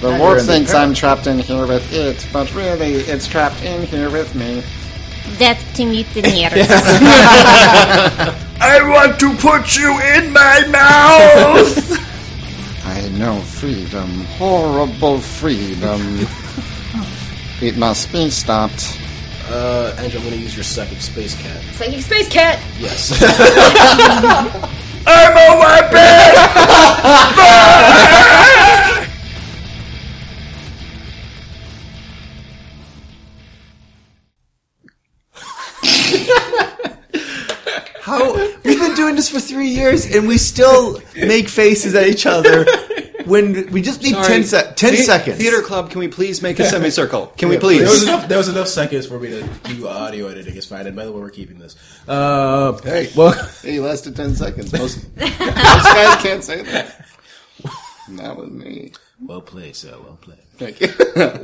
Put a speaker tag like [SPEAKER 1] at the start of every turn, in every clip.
[SPEAKER 1] The
[SPEAKER 2] You're
[SPEAKER 1] wolf
[SPEAKER 2] in the
[SPEAKER 1] thinks
[SPEAKER 2] car.
[SPEAKER 1] I'm trapped in here with it, but really, it's trapped in here with me.
[SPEAKER 3] Death to meet the nearest.
[SPEAKER 2] I want to put you in my mouth!
[SPEAKER 1] I know freedom, horrible freedom. it must be stopped.
[SPEAKER 4] Uh, Andrew, I'm going to use your second space cat.
[SPEAKER 5] Psychic Space Cat!
[SPEAKER 4] Yes.
[SPEAKER 2] I'm a weapon!
[SPEAKER 6] How we've been doing this for three years and we still make faces at each other when we just need ten, sec- 10
[SPEAKER 7] The-
[SPEAKER 6] seconds.
[SPEAKER 7] Theater club, can we please make a semicircle? Can we
[SPEAKER 4] There was,
[SPEAKER 7] please?
[SPEAKER 4] enough, there was enough seconds for me to do audio editing. It's fine. And by the way, we're keeping this. Uh, hey. Well,
[SPEAKER 1] He lasted 10 seconds. Most, most guys can't say that. That was me.
[SPEAKER 4] well played, sir. Well played.
[SPEAKER 1] Thank you.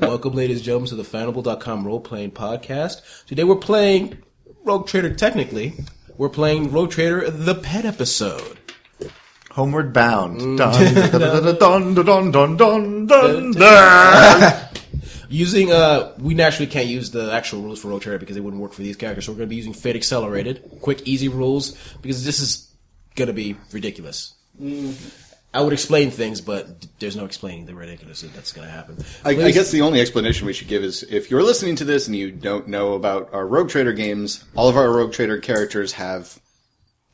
[SPEAKER 4] Welcome, ladies and gentlemen, to the Fanable.com role playing podcast. Today we're playing Rogue Trader, technically. We're playing Rogue Trader, the pet episode.
[SPEAKER 6] Homeward bound. Dun, dun, dun, dun, dun, dun, dun, dun.
[SPEAKER 4] Using, uh, we naturally can't use the actual rules for Rogue Trader because they wouldn't work for these characters, so we're going to be using Fate Accelerated, quick, easy rules, because this is going to be ridiculous. I would explain things, but d- there's no explaining the ridiculous that's going to happen.
[SPEAKER 7] I, I
[SPEAKER 4] Ladies-
[SPEAKER 7] guess the only explanation we should give is if you're listening to this and you don't know about our Rogue Trader games, all of our Rogue Trader characters have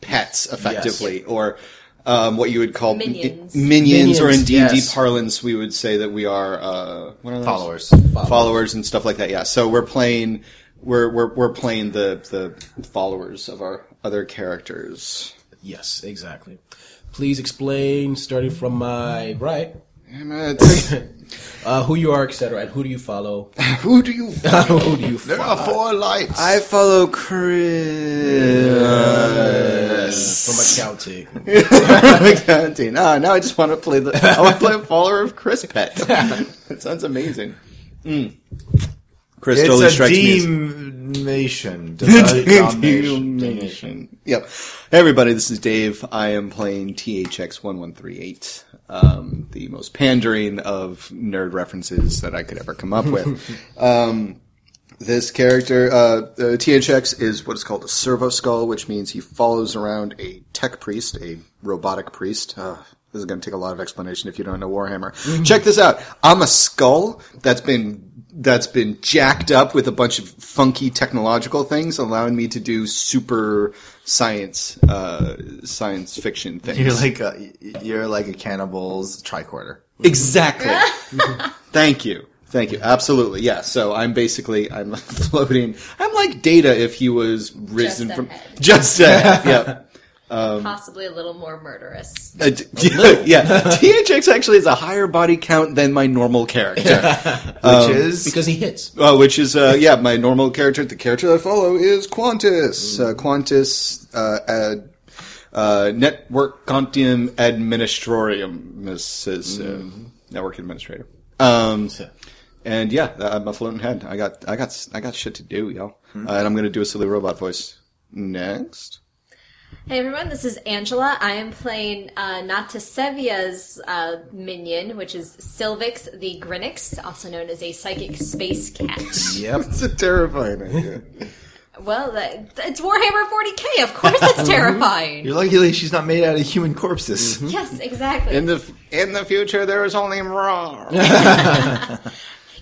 [SPEAKER 7] pets, effectively, or um, what you would call mi-
[SPEAKER 5] Minions.
[SPEAKER 7] minions, or in
[SPEAKER 4] Minions,
[SPEAKER 7] D and D
[SPEAKER 4] yes.
[SPEAKER 7] parlance, we would say that we are uh, what are those?
[SPEAKER 6] Followers.
[SPEAKER 7] followers, and stuff like that. Yeah, so we're playing, we're we're we're playing the the followers of our other characters.
[SPEAKER 4] Yes, exactly. Please explain, starting from my right,
[SPEAKER 1] Damn it.
[SPEAKER 4] uh, who you are, etc., and who do you follow?
[SPEAKER 1] Who do you.
[SPEAKER 4] who do you
[SPEAKER 1] There are
[SPEAKER 4] follow?
[SPEAKER 1] four lights.
[SPEAKER 7] I follow Chris.
[SPEAKER 4] From a county.
[SPEAKER 7] Counting. Ah, now I just want to play the. I want to play a follower of Chris Pet. that sounds amazing. Mm. Chris totally
[SPEAKER 6] It's a
[SPEAKER 7] strikes me. as-
[SPEAKER 6] demation. Denomination.
[SPEAKER 7] Damnation. Yep. Hey everybody, this is Dave. I am playing THX1138, um, the most pandering of nerd references that I could ever come up with. um, this character, uh, uh, THX is what is called a servo skull, which means he follows around a tech priest, a robotic priest. Uh, this is going to take a lot of explanation if you don't know Warhammer.
[SPEAKER 6] Mm-hmm.
[SPEAKER 7] Check this out. I'm a skull that's been that's been jacked up with a bunch of funky technological things, allowing me to do super science uh, science fiction things.
[SPEAKER 6] You're like a, you're like a cannibal's tricorder.
[SPEAKER 7] Exactly. Thank you. Thank you. Absolutely. Yeah. So I'm basically I'm floating. I'm like Data if he was risen
[SPEAKER 5] Just
[SPEAKER 7] from
[SPEAKER 5] ahead.
[SPEAKER 7] just ahead. yeah.
[SPEAKER 5] Possibly a little more murderous.
[SPEAKER 7] Uh, d- yeah. THX actually has a higher body count than my normal character, Um,
[SPEAKER 6] which is
[SPEAKER 4] Because he hits.
[SPEAKER 7] uh, which is uh, yeah my normal character. The character that I follow is Qantas.
[SPEAKER 6] Mm.
[SPEAKER 7] Uh, Qantas. Uh, ad, uh, network Contium Administrorium is is, uh,
[SPEAKER 6] Mm.
[SPEAKER 7] network administrator. Um, And yeah, I'm a floating head. I got, I got, I got shit to do, y'all. Uh, and I'm gonna do a silly robot voice next.
[SPEAKER 5] Hey everyone, this is Angela. I am playing uh, Natasevia's uh, minion, which is Silvix the Grinix, also known as a psychic space cat.
[SPEAKER 4] Yep.
[SPEAKER 7] It's a terrifying idea.
[SPEAKER 5] well, that, it's Warhammer 40k, of course it's terrifying.
[SPEAKER 6] you're luckily she's not made out of human corpses.
[SPEAKER 5] yes, exactly.
[SPEAKER 7] in the in the future, there is only raw.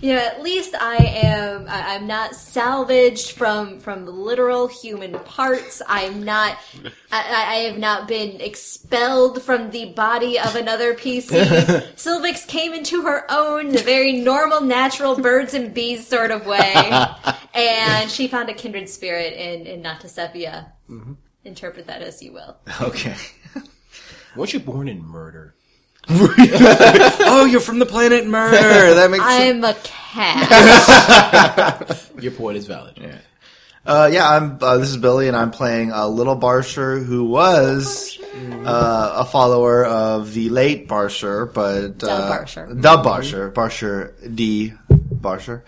[SPEAKER 5] you know, at least I am. I, I'm not salvaged from from literal human parts. I'm not. I, I I have not been expelled from the body of another PC. Sylvix came into her own, the very normal, natural birds and bees sort of way, and she found a kindred spirit in in Natasepia.
[SPEAKER 4] Mm-hmm.
[SPEAKER 5] Interpret that as you will.
[SPEAKER 6] Okay.
[SPEAKER 4] Weren't you born in murder?
[SPEAKER 7] oh, you're from the planet Murder. That makes
[SPEAKER 5] I'm a cat.
[SPEAKER 4] Your point is valid. Yeah.
[SPEAKER 6] Uh, yeah, I'm. Uh, this is Billy, and I'm playing uh, Little Barsher, who was uh, a follower of the late Barsher, but uh,
[SPEAKER 5] Barsher.
[SPEAKER 6] the Barsher, Barsher D Barsher.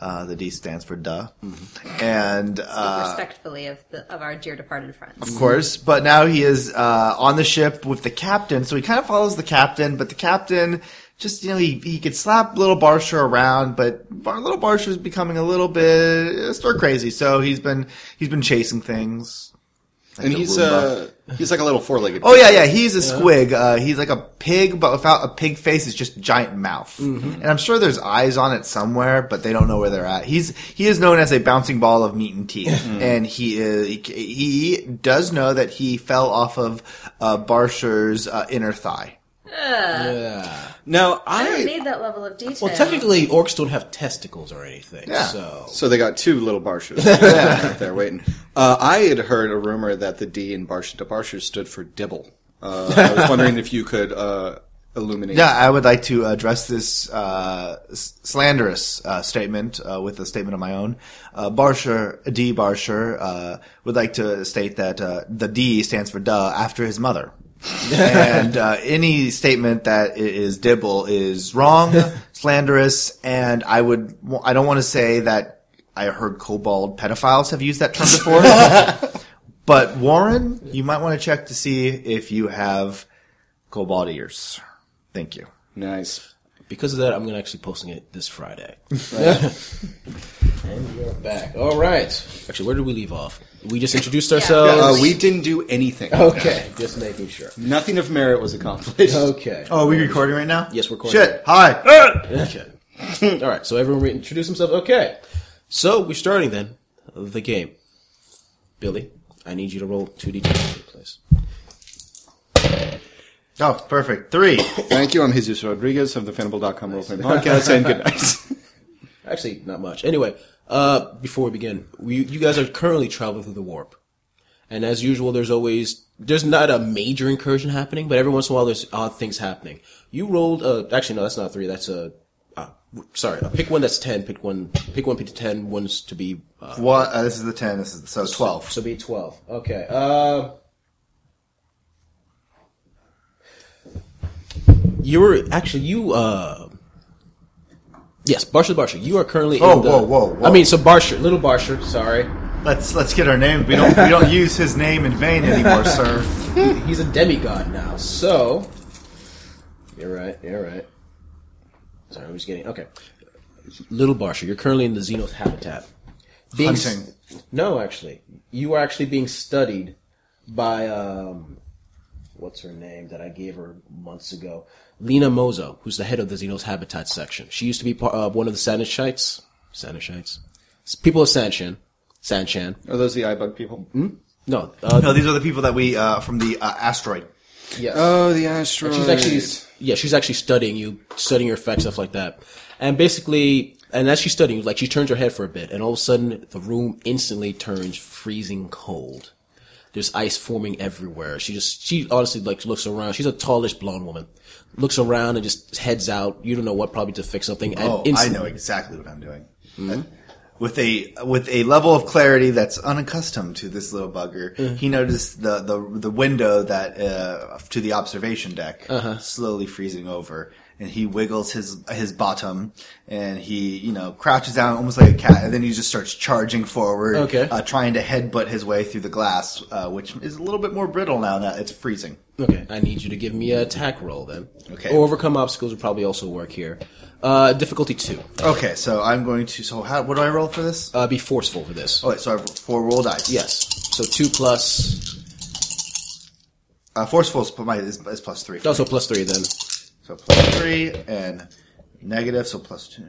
[SPEAKER 6] Uh, the D stands for duh, and uh,
[SPEAKER 5] Respectfully of the, of our dear departed friends.
[SPEAKER 6] of course. But now he is uh, on the ship with the captain, so he kind of follows the captain. But the captain just you know he, he could slap little Barsha around, but Bar, little Barsha's becoming a little bit uh, stir crazy. So he's been he's been chasing things. Like
[SPEAKER 7] and
[SPEAKER 6] the
[SPEAKER 7] he's
[SPEAKER 6] Roomba.
[SPEAKER 7] uh he's like a little four legged.
[SPEAKER 6] Oh yeah, yeah. He's a squig. Uh, he's like a pig, but without a pig face. It's just giant mouth.
[SPEAKER 7] Mm-hmm.
[SPEAKER 6] And I'm sure there's eyes on it somewhere, but they don't know where they're at. He's he is known as a bouncing ball of meat and teeth,
[SPEAKER 7] Mm-hmm.
[SPEAKER 6] and he is he does know that he fell off of uh, Barsher's uh, inner thigh.
[SPEAKER 4] Yeah.
[SPEAKER 7] Now
[SPEAKER 8] I don't
[SPEAKER 7] I
[SPEAKER 8] need that level of detail.
[SPEAKER 4] Well, technically, orcs don't have testicles or anything.
[SPEAKER 6] Yeah.
[SPEAKER 4] So
[SPEAKER 7] so they got two little Barshas out there waiting. Uh, I had heard a rumor that the D in Barsha to Barsha stood for Dibble. Uh, I was wondering if you could uh, illuminate.
[SPEAKER 6] Yeah, I would like to address this uh, s- slanderous uh, statement uh, with a statement of my own. Uh, Barsher, D. Barsher, uh, would like to state that uh, the D stands for duh after his mother. and uh, any statement that i- is dibble is wrong, slanderous, and I would wa- I don't want to say that I heard kobold pedophiles have used that term before. but Warren, you might want to check to see if you have kobold ears. Thank you.
[SPEAKER 7] Nice.
[SPEAKER 4] because of that, I'm gonna actually posting it this Friday. and we're back. All right. Actually, where did we leave off? We just introduced
[SPEAKER 7] Uh,
[SPEAKER 4] ourselves.
[SPEAKER 7] we didn't do anything.
[SPEAKER 4] okay. Just making sure.
[SPEAKER 7] Nothing of merit was accomplished.
[SPEAKER 4] Okay.
[SPEAKER 6] Oh, are we recording right now?
[SPEAKER 4] Yes, we're recording.
[SPEAKER 6] Shit. Hi.
[SPEAKER 4] Okay. All right. So everyone reintroduce themselves. Okay. So we're starting then the game. Billy, I need you to roll two d please.
[SPEAKER 6] Oh, perfect. Three.
[SPEAKER 7] Thank you. I'm Jesus Rodriguez of the Fanable.com Roleplaying Podcast, and good night.
[SPEAKER 4] Actually, not much. Anyway, uh, before we begin, we, you guys are currently traveling through the warp, and as usual, there's always there's not a major incursion happening, but every once in a while there's odd things happening. You rolled. Uh, actually, no, that's not three. That's a. Uh, sorry, pick one that's ten. Pick one. Pick one. Pick ten. One's to be. Uh,
[SPEAKER 6] One. Uh, this is the ten. This is so twelve.
[SPEAKER 4] So be twelve. Okay. Uh, you were actually you. uh Yes, Barsha Barsha. You are currently.
[SPEAKER 6] Oh,
[SPEAKER 4] in the,
[SPEAKER 6] whoa, whoa, whoa.
[SPEAKER 4] I mean, so Barsha, little Barsha. Sorry,
[SPEAKER 6] Let's let's get our name. We don't we don't use his name in vain anymore, sir.
[SPEAKER 4] he's a demigod now. So you're right. You're right. Sorry, I'm just getting okay. Little Barsha, you're currently in the Xenos habitat. Being s-
[SPEAKER 6] Hunting.
[SPEAKER 4] no, actually, you are actually being studied by um, what's her name that I gave her months ago, Lena Mozo, who's the head of the Xenos Habitat section. She used to be part, uh, one of the Sanishites. Sanishites, S- people of Sanshan. Sanshan.
[SPEAKER 7] Are those the iBug people? Hmm?
[SPEAKER 4] No, uh,
[SPEAKER 6] No, these are the people that we uh, from the uh, asteroid.
[SPEAKER 4] yes.
[SPEAKER 7] Oh, the asteroid.
[SPEAKER 4] she's actually yeah, she's actually studying you, studying your effects, stuff like that. And basically, and as she's studying, like she turns her head for a bit, and all of a sudden, the room instantly turns freezing cold. There's ice forming everywhere. She just, she honestly like looks around. She's a tallish blonde woman. Looks around and just heads out. You don't know what, probably to fix something. And
[SPEAKER 6] Oh, I
[SPEAKER 4] instantly-
[SPEAKER 6] know exactly what I'm doing. With a with a level of clarity that's unaccustomed to this little bugger,
[SPEAKER 4] Uh-huh.
[SPEAKER 6] he noticed the the, the window that uh, to the observation deck
[SPEAKER 4] Uh-huh.
[SPEAKER 6] slowly freezing over, and he wiggles his his bottom, and he you know crouches down almost like a cat, and then he just starts charging forward,
[SPEAKER 4] Okay.
[SPEAKER 6] uh, trying to headbutt his way through the glass, uh, which is a little bit more brittle now that it's freezing.
[SPEAKER 4] Okay, I need you to give me a attack roll then.
[SPEAKER 6] Okay.
[SPEAKER 4] Or overcome obstacles would probably also work here. Uh, difficulty two.
[SPEAKER 6] Okay, so I'm going to. So how what do I roll for this?
[SPEAKER 4] Uh, be forceful for this.
[SPEAKER 6] Oh, wait, so I have four roll dice.
[SPEAKER 4] Yes. So two plus,
[SPEAKER 6] Uh, forceful is, my, is, is plus three.
[SPEAKER 4] also plus three then.
[SPEAKER 6] So plus three and negative, so plus two.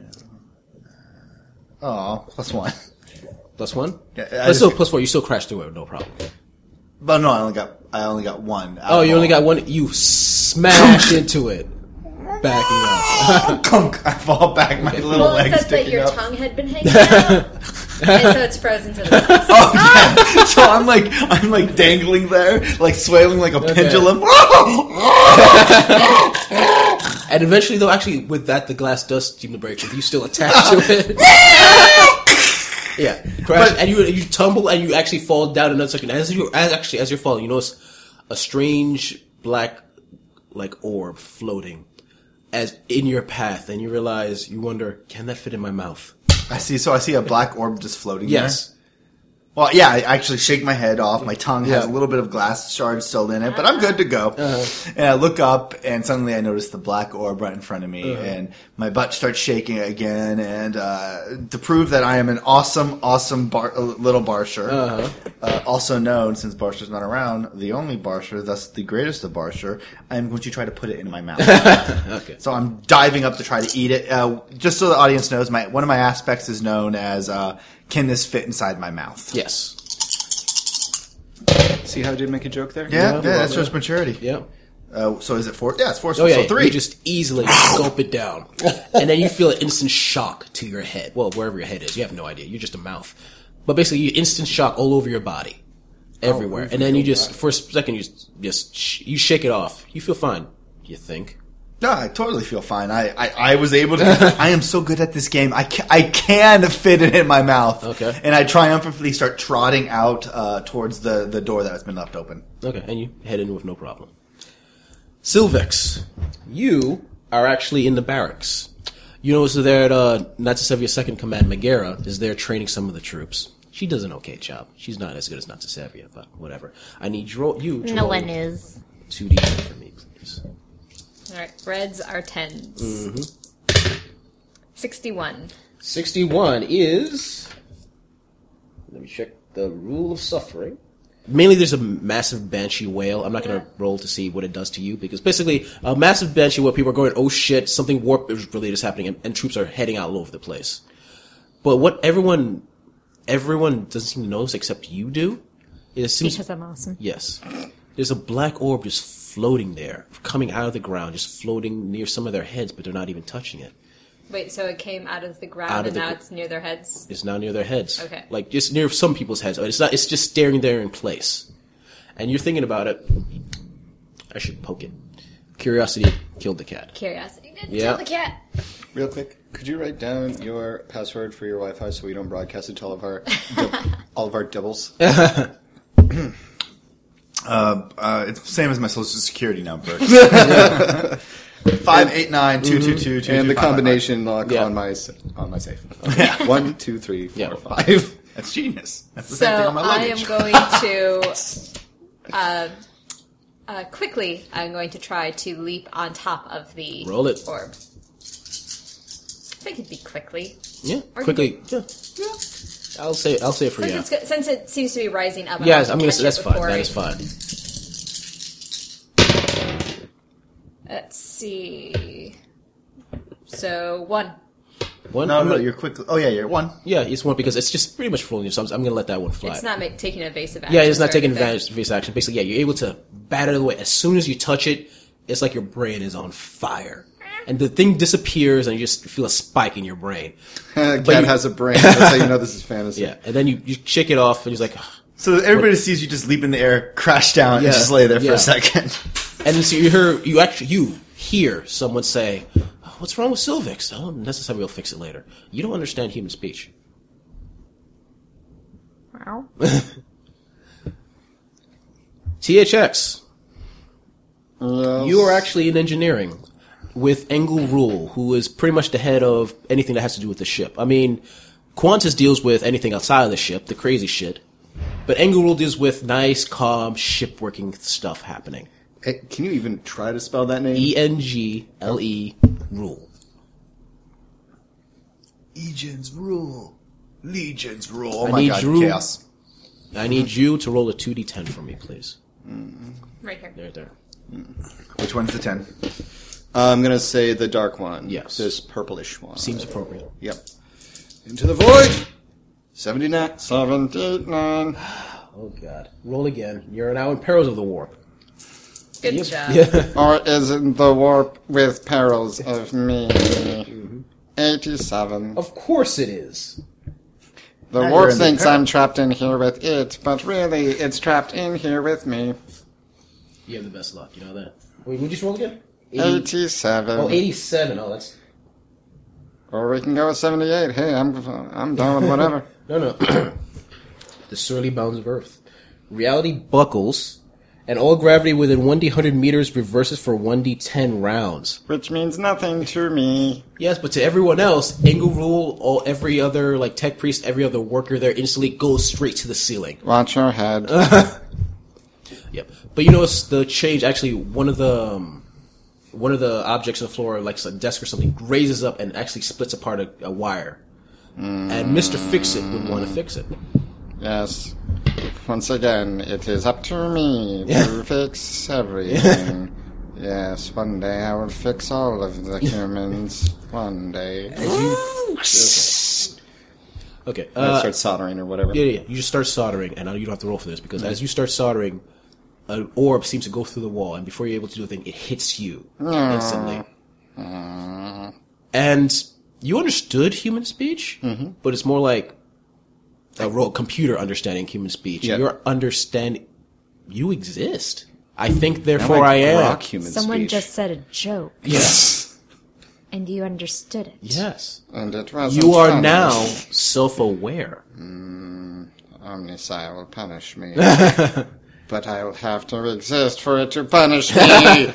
[SPEAKER 6] Oh, plus one.
[SPEAKER 4] Plus one?
[SPEAKER 6] Yeah, I
[SPEAKER 4] That's
[SPEAKER 6] just-
[SPEAKER 4] still plus four. You still crashed through it, no problem.
[SPEAKER 6] But no, I only got I only got one. out
[SPEAKER 4] Oh,
[SPEAKER 6] of
[SPEAKER 4] you only
[SPEAKER 6] all.
[SPEAKER 4] got one. You smash into it. Backing up.
[SPEAKER 6] Kunk, I fall back, my little
[SPEAKER 8] well, it
[SPEAKER 6] legs
[SPEAKER 8] said that
[SPEAKER 6] sticking
[SPEAKER 8] your
[SPEAKER 6] up.
[SPEAKER 8] tongue had been hanging out, and so it's frozen to the glass.
[SPEAKER 6] so I'm like I'm like dangling there, like swaying like a pendulum.
[SPEAKER 4] And eventually, though, actually, with that, the glass does seem to break with you still attached to it. yeah. Crash. and you, you tumble and you actually fall down another second. As you, as, actually, as you're falling, you notice a strange black, like, orb floating as in your path. And you realize, you wonder, can that fit in my mouth?
[SPEAKER 6] I see. So I see a black orb just floating.
[SPEAKER 4] Yes.
[SPEAKER 6] Well, yeah, I actually shake my head off. My tongue has a little bit of glass shard still in it, but I'm good to go. And I look up, and suddenly I notice the black orb right in front of me, and my butt starts shaking again. And uh, to prove that I am an awesome, awesome bar- little barsher, uh also known since barsher's not around, the only barsher, thus the greatest of barsher, I'm going to try to put it in my mouth. So I'm diving up to try to eat it. Uh, just so the audience knows, my one of my aspects is known as uh, "Can this fit inside my mouth?"
[SPEAKER 4] Yes.
[SPEAKER 7] See how I did make a joke there?
[SPEAKER 6] Yeah, yeah,
[SPEAKER 4] Yeah.
[SPEAKER 6] that's just maturity.
[SPEAKER 4] Yeah.
[SPEAKER 6] Uh, so is it four? Yeah, it's four.
[SPEAKER 4] Oh yeah.
[SPEAKER 6] so three.
[SPEAKER 4] You just easily gulp it down, and then you feel an instant shock to your head. Well, wherever your head is, you have no idea. You're just a mouth, but basically, you instant shock all over your body,
[SPEAKER 6] Oh,
[SPEAKER 4] everywhere, and then you just for a second you just, just sh- you shake it off. You feel fine. You think.
[SPEAKER 6] no, I totally feel fine. I, I, I was able to. I am so good at this game. I can, I can fit it in my mouth.
[SPEAKER 4] Okay.
[SPEAKER 6] And I triumphantly start trotting out uh, towards the, the door that has been left open.
[SPEAKER 4] Okay, and you head in with no problem. Silvex, you are actually in the barracks. You notice that there at uh, Natsusevia's second command, Megara, is there training some of the troops. She does an okay job. She's not as good as Natsusevia, but whatever. I need you, roll- you to
[SPEAKER 5] No
[SPEAKER 4] roll
[SPEAKER 5] one is.
[SPEAKER 4] 2d for me, please.
[SPEAKER 8] All right, reds are 10s 61.
[SPEAKER 4] 61 is. Let me check the rule of suffering. Mainly, there's a massive banshee wail. I'm not going to roll to see what it does to you because basically, a massive banshee where people are going, oh shit, something warp related is happening, and, and troops are heading out all over the place. But what everyone, everyone doesn't seem to notice except you do, is it seems
[SPEAKER 5] Because I'm awesome.
[SPEAKER 4] Yes. There's a black orb just floating there, coming out of the ground, just floating near some of their heads, but they're not even touching it.
[SPEAKER 8] Wait, so it came out of the ground
[SPEAKER 4] Out of
[SPEAKER 8] and
[SPEAKER 4] the
[SPEAKER 8] now
[SPEAKER 4] gr-
[SPEAKER 8] it's near their heads?
[SPEAKER 4] It's now near their heads.
[SPEAKER 8] Okay.
[SPEAKER 4] Like just near some people's heads. It's not. It's just staring there in place. And you're thinking about it. I should poke it. Curiosity killed the cat.
[SPEAKER 8] Curiosity. did
[SPEAKER 4] Yeah.
[SPEAKER 8] Kill the cat.
[SPEAKER 7] Real quick, could you write down your password for your Wi-Fi so we don't broadcast it to all of our all of our doubles?
[SPEAKER 6] Uh, it's the same as my social security number. Five eight nine two
[SPEAKER 4] Mm-hmm.
[SPEAKER 6] two two two.
[SPEAKER 7] and the combination lock
[SPEAKER 4] Yeah.
[SPEAKER 7] on my s- on my safe. Okay. One, two, three, four,
[SPEAKER 4] Yeah.
[SPEAKER 7] five.
[SPEAKER 6] That's genius. That's the
[SPEAKER 8] So
[SPEAKER 6] same thing on my
[SPEAKER 8] I
[SPEAKER 6] luggage.
[SPEAKER 8] am going to. Uh, uh, quickly, I'm going to try to leap on top of the
[SPEAKER 4] Roll it.
[SPEAKER 8] orb. If it could be quickly.
[SPEAKER 4] Yeah.
[SPEAKER 8] Or
[SPEAKER 4] Quickly. Yeah. I'll say. I'll say it for
[SPEAKER 8] Since,
[SPEAKER 4] you.
[SPEAKER 8] it's go- since it seems to be rising up.
[SPEAKER 4] Yes,
[SPEAKER 8] I'll
[SPEAKER 4] I'm gonna.
[SPEAKER 8] catch
[SPEAKER 4] say That's
[SPEAKER 8] it
[SPEAKER 4] fine.
[SPEAKER 8] before
[SPEAKER 4] That
[SPEAKER 8] I-
[SPEAKER 4] is fine.
[SPEAKER 8] Let's see. So, one.
[SPEAKER 4] One.
[SPEAKER 6] No,
[SPEAKER 4] I'm
[SPEAKER 6] no,
[SPEAKER 4] gonna-
[SPEAKER 6] you're quick. Oh yeah, you're one.
[SPEAKER 4] Yeah, it's one because it's just pretty much floating. So I'm, I'm gonna let that one fly.
[SPEAKER 8] It's not ma- taking evasive action.
[SPEAKER 4] yeah, it's not taking advantage of this action. Basically, yeah, you're able to bat it away. As soon as you touch it, it's like your brain is on fire. And the thing disappears, and you just feel a spike in your brain.
[SPEAKER 7] Uh, Cat
[SPEAKER 4] you-
[SPEAKER 7] has a brain. That's how you know this is fantasy.
[SPEAKER 4] Yeah, and then you, you shake it off, and he's like, "Ugh."
[SPEAKER 6] So everybody sees you just leap in the air, crash down,
[SPEAKER 4] Yeah.
[SPEAKER 6] and just lay there for
[SPEAKER 4] Yeah.
[SPEAKER 6] a second.
[SPEAKER 4] and then so you hear you actually you hear someone say, "What's wrong with Silvix?" Oh, necessarily we'll fix it later. You don't understand human speech.
[SPEAKER 5] Wow.
[SPEAKER 4] THX, you are actually in engineering with Engel Rule, who is pretty much the head of anything that has to do with the ship. I mean, Qantas deals with anything outside of the ship, the crazy shit. But Engel Rule deals with nice, calm, ship working stuff happening.
[SPEAKER 7] Hey, can you even try to spell that name?
[SPEAKER 4] E N G L E Rule.
[SPEAKER 6] Legions rule. Legions rule. Oh
[SPEAKER 4] I
[SPEAKER 6] my
[SPEAKER 4] need
[SPEAKER 6] god,
[SPEAKER 4] Drew.
[SPEAKER 6] chaos.
[SPEAKER 4] I need you to roll a 2d10 for me, please.
[SPEAKER 8] Right here.
[SPEAKER 4] There, there.
[SPEAKER 6] Which one's the ten?
[SPEAKER 7] Uh, I'm gonna say the dark one.
[SPEAKER 4] Yes.
[SPEAKER 7] This purplish one.
[SPEAKER 4] Seems appropriate.
[SPEAKER 7] Yep. Into the void. 79, 79.
[SPEAKER 4] Oh, God. Roll again. You're now in Perils of the Warp.
[SPEAKER 8] Good job.
[SPEAKER 7] Or is it the warp with perils of me?
[SPEAKER 1] Mm-hmm.
[SPEAKER 7] 87.
[SPEAKER 4] Of course it is.
[SPEAKER 7] The
[SPEAKER 6] you're
[SPEAKER 7] warp
[SPEAKER 6] in the
[SPEAKER 7] thinks
[SPEAKER 6] peril.
[SPEAKER 7] I'm trapped in here with it, but really, it's trapped in here with me.
[SPEAKER 4] You have the best luck, you know that. Wait, would you just roll again?
[SPEAKER 1] Uh,
[SPEAKER 7] 87.
[SPEAKER 4] Oh, 87. Oh, that's.
[SPEAKER 7] Or we can go with 78. Hey, I'm, I'm down with whatever.
[SPEAKER 4] No, no. the surly bounds of Earth. Reality buckles and all gravity within 1d100 meters reverses for 1d10 rounds.
[SPEAKER 9] Which means nothing to me.
[SPEAKER 4] Yes, but to everyone else, Engel Rule, all every other like tech priest, every other worker there instantly goes straight to the ceiling.
[SPEAKER 7] Watch your head.
[SPEAKER 4] Yep. But you notice the change. Actually, one of the um, one of the objects on the floor, like a desk or something, raises up and actually splits apart a, a wire. And Mister Fix It would want to fix it.
[SPEAKER 7] Yes. Once again, it is up to me to fix everything. yes, one day I will fix all of the humans. one day.
[SPEAKER 4] Okay.
[SPEAKER 7] I
[SPEAKER 4] Uh,
[SPEAKER 7] start soldering or whatever.
[SPEAKER 4] yeah, yeah. You just start soldering, and uh, you don't have to roll for this because as you start soldering, an orb seems to go through the wall, and before you're able to do a thing, it hits you instantly. And you understood human speech, but it's more like a real computer understanding human speech.
[SPEAKER 7] Yeah.
[SPEAKER 4] You're understand you exist. I think, therefore, I am.
[SPEAKER 7] Grok human
[SPEAKER 5] Someone
[SPEAKER 7] speech.
[SPEAKER 5] just said a joke,
[SPEAKER 4] Yes,
[SPEAKER 5] and you understood it.
[SPEAKER 4] yes.
[SPEAKER 7] And it was
[SPEAKER 4] You are now self-aware.
[SPEAKER 7] Omnisci will punish me. but I'll have to exist for it to punish me.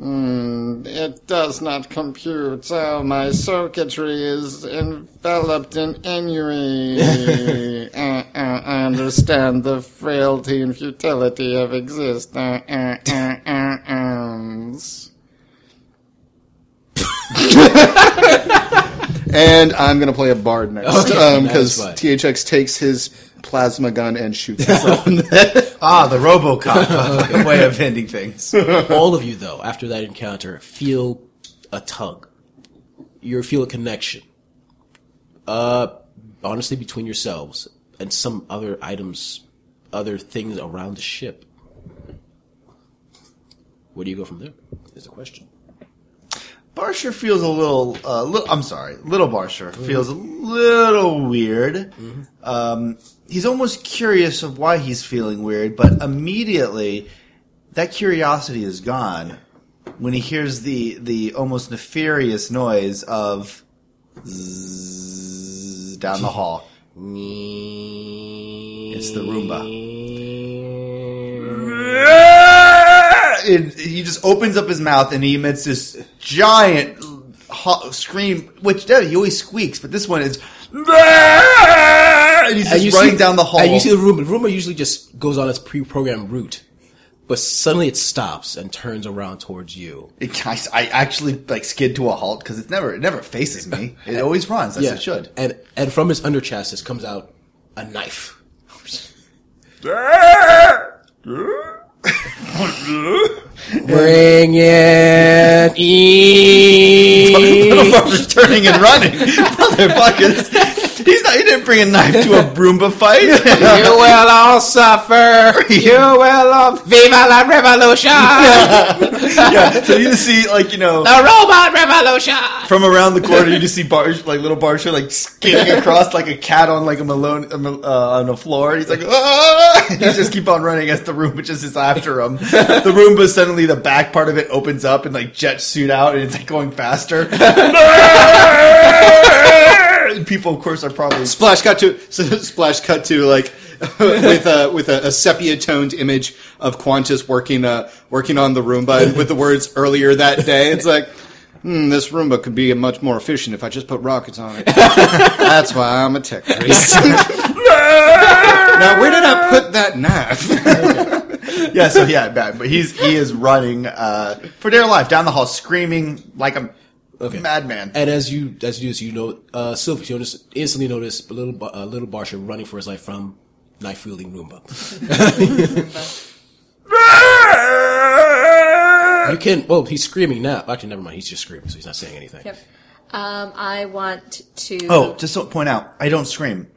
[SPEAKER 7] Mm, it does not compute, so my circuitry is enveloped in ennui. uh, uh, I understand the frailty and futility of exist. Uh, uh, uh, uh, ums. and I'm going to play a bard next um,
[SPEAKER 4] that's fine.
[SPEAKER 7] THX takes his plasma gun and shoots himself.
[SPEAKER 6] Ah, the RoboCop way of ending things.
[SPEAKER 4] All of you, though, after that encounter, feel a tug. You feel a connection. Uh, honestly, between yourselves and some other items, other things around the ship. Where do you go from there? Is the question.
[SPEAKER 6] Barsher feels a little, uh, li- I'm sorry, little Barsher
[SPEAKER 4] Mm-hmm.
[SPEAKER 6] feels a little weird. Um, he's almost curious of why he's feeling weird, but immediately that curiosity is gone when he hears the the almost nefarious noise of zzzz down the hall. It's the Roomba. And he just opens up his mouth and he emits this giant ho- scream, which yeah, he always squeaks, but this one is. And he's just running down the hall.
[SPEAKER 4] And you see the rumor. The rumor usually just goes on its pre-programmed route, but suddenly it stops and turns around towards you.
[SPEAKER 6] It- I, I actually like skid to a halt because it's never it never faces me. It always runs as it should.
[SPEAKER 4] And and from his under chassis comes out a knife. Bring it
[SPEAKER 6] Little
[SPEAKER 4] in.
[SPEAKER 6] Barber's turning and running. Motherfuckers. He's not. He didn't bring a knife to a Broomba fight.
[SPEAKER 4] you will all suffer. You will all viva la revolution,
[SPEAKER 6] yeah. So you just see like you know
[SPEAKER 4] the robot revolution.
[SPEAKER 6] from around the corner you just see Barsh like little Barsha like skidding across like a cat on like a Malone a Mal- uh, on a floor. He's like ah! And he just keep on running as the Roomba just is after him. The Roomba suddenly the back part of it opens up and like jets suit out and it's like going faster. And People of course are probably
[SPEAKER 7] splash cut to so, splash cut to like with a with a, a sepia toned image of Qantas working uh working on the Roomba and with the words earlier that day. It's like. Hmm, this Roomba could be much more efficient if I just put rockets on it. That's why I'm a tech priest. now, where did I put that knife?
[SPEAKER 6] yeah, so yeah, bad. But he's he is running uh, for dear life down the hall, screaming like a madman.
[SPEAKER 4] And as you as you do this, you know uh, Sylvius. You notice, instantly notice a little Ba- uh, little Barsha running for his life from knife wielding Roomba. you can. Well, he's screaming now. Actually, never mind. He's just screaming, so he's not saying anything.
[SPEAKER 8] Yep. Um, I want to.
[SPEAKER 6] oh, just to point out, I don't scream.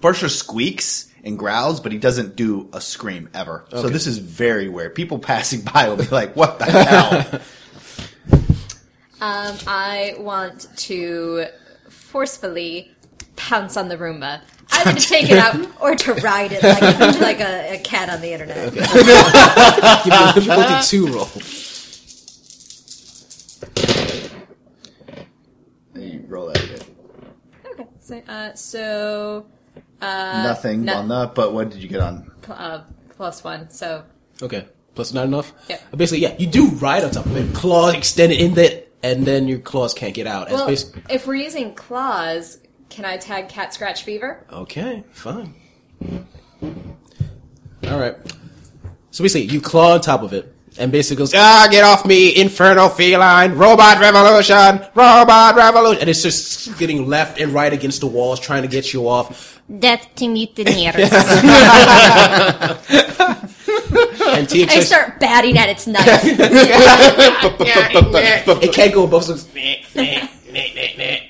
[SPEAKER 6] Barsha squeaks and growls, but he doesn't do a scream ever. So this is very weird. People passing by will be like, "What the hell?"
[SPEAKER 8] Um, I want to forcefully pounce on the Roomba. Either to take it out or to ride it like, like a, a cat on the internet.
[SPEAKER 4] Give me a
[SPEAKER 5] Uh,
[SPEAKER 4] difficulty two roll.
[SPEAKER 6] Roll that again.
[SPEAKER 8] Okay. So, uh, so
[SPEAKER 6] Nothing
[SPEAKER 8] no-
[SPEAKER 6] on that. But what did you get on?
[SPEAKER 8] pl- uh, plus one. So
[SPEAKER 4] Okay. plus not enough. Uh,
[SPEAKER 5] Yeah.
[SPEAKER 4] Basically, yeah, you do ride on top of it, claw extended in that, and then your claws can't get out. As
[SPEAKER 5] Well,
[SPEAKER 4] basi-
[SPEAKER 5] if we're using claws, can I tag cat scratch fever?
[SPEAKER 4] Okay, fine. All right. So basically, you claw on top of it, and basically goes, "Ah, get off me, infernal feline, robot revolution, robot revolution," and it's just getting left and right against the walls, trying to get you off.
[SPEAKER 1] Death to mutineers.
[SPEAKER 4] And
[SPEAKER 5] I
[SPEAKER 4] THX,
[SPEAKER 5] start batting at its knife.
[SPEAKER 4] it can't go above. So it's, meh, meh, meh, meh, meh.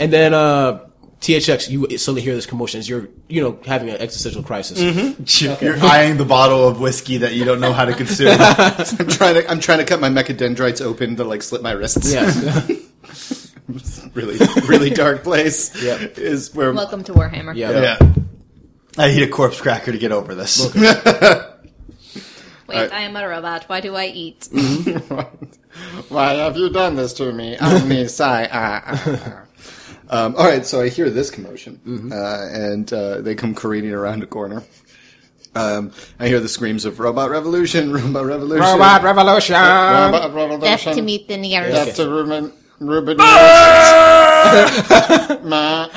[SPEAKER 4] and then uh, THX, you suddenly hear this commotion as you're, you know, having an existential crisis.
[SPEAKER 7] Mm-hmm.
[SPEAKER 6] You're eyeing the bottle of whiskey that you don't know how to consume.
[SPEAKER 7] I'm trying to. I'm trying to cut my mechadendrites open to like slip my wrists.
[SPEAKER 4] Yeah,
[SPEAKER 7] really, really dark place.
[SPEAKER 4] Yeah.
[SPEAKER 7] is where
[SPEAKER 5] Welcome to Warhammer.
[SPEAKER 4] yeah.
[SPEAKER 6] yeah. I need a corpse cracker to get over this.
[SPEAKER 5] Wait, I am a robot. Why do I eat?
[SPEAKER 7] Why have you done this to me? Agni Sai. ah, ah, ah. um, all right, so I hear this commotion,
[SPEAKER 4] Mm-hmm.
[SPEAKER 7] uh, and uh, they come careening around a corner. Um, I hear the screams of "Robot Revolution! Robot Revolution!
[SPEAKER 4] Robot revolution. Um,
[SPEAKER 7] Robot
[SPEAKER 1] Death to
[SPEAKER 7] Revolution!
[SPEAKER 1] mutineers.
[SPEAKER 7] Death to Ruben! Ruben! Ma, ah, ah,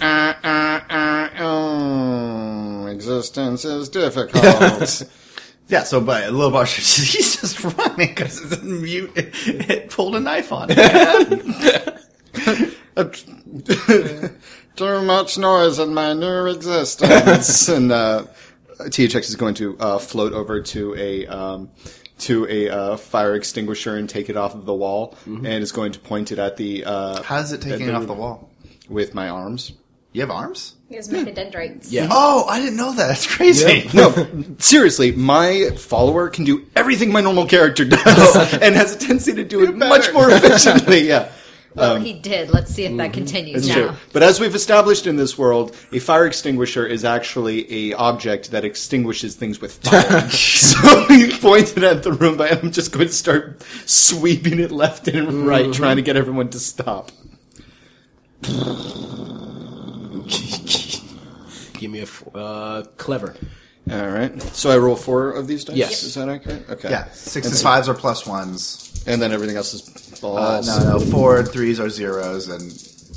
[SPEAKER 7] ah, ah, ah, oh. Existence is difficult.
[SPEAKER 6] Yeah, so but Lil Barsha, he's just running because it's mute. It, it pulled a knife on him.
[SPEAKER 7] Too much noise in my new existence. and uh, THX is going to uh, float over to a um, to a uh, fire extinguisher and take it off of the wall, and is going to point it at the uh,
[SPEAKER 6] How's it taking
[SPEAKER 7] it
[SPEAKER 6] off the wall?
[SPEAKER 7] with my arms.
[SPEAKER 6] You have arms?
[SPEAKER 5] Here's mechadendrites.
[SPEAKER 4] Yeah.
[SPEAKER 6] Oh, I didn't know that. That's crazy.
[SPEAKER 7] No, seriously, my follower can do everything my normal character does, and has a tendency to do it much more efficiently. Yeah.
[SPEAKER 5] Well, he did. Let's see if that
[SPEAKER 7] It's
[SPEAKER 5] continues now.
[SPEAKER 7] true. But as we've established in this world, a fire extinguisher is actually a object that extinguishes things with fire. so you pointed at the room, but I'm just going to start sweeping it left and right, trying to get everyone to stop.
[SPEAKER 4] Give me a f- uh, clever.
[SPEAKER 7] All right. So I roll four of these dice.
[SPEAKER 4] Yes.
[SPEAKER 7] Is that accurate? Okay.
[SPEAKER 6] Yeah, sixes, fives are plus ones.
[SPEAKER 7] And then everything else is
[SPEAKER 6] Uh,
[SPEAKER 7] balls.
[SPEAKER 6] no, no, four and threes are zeros, and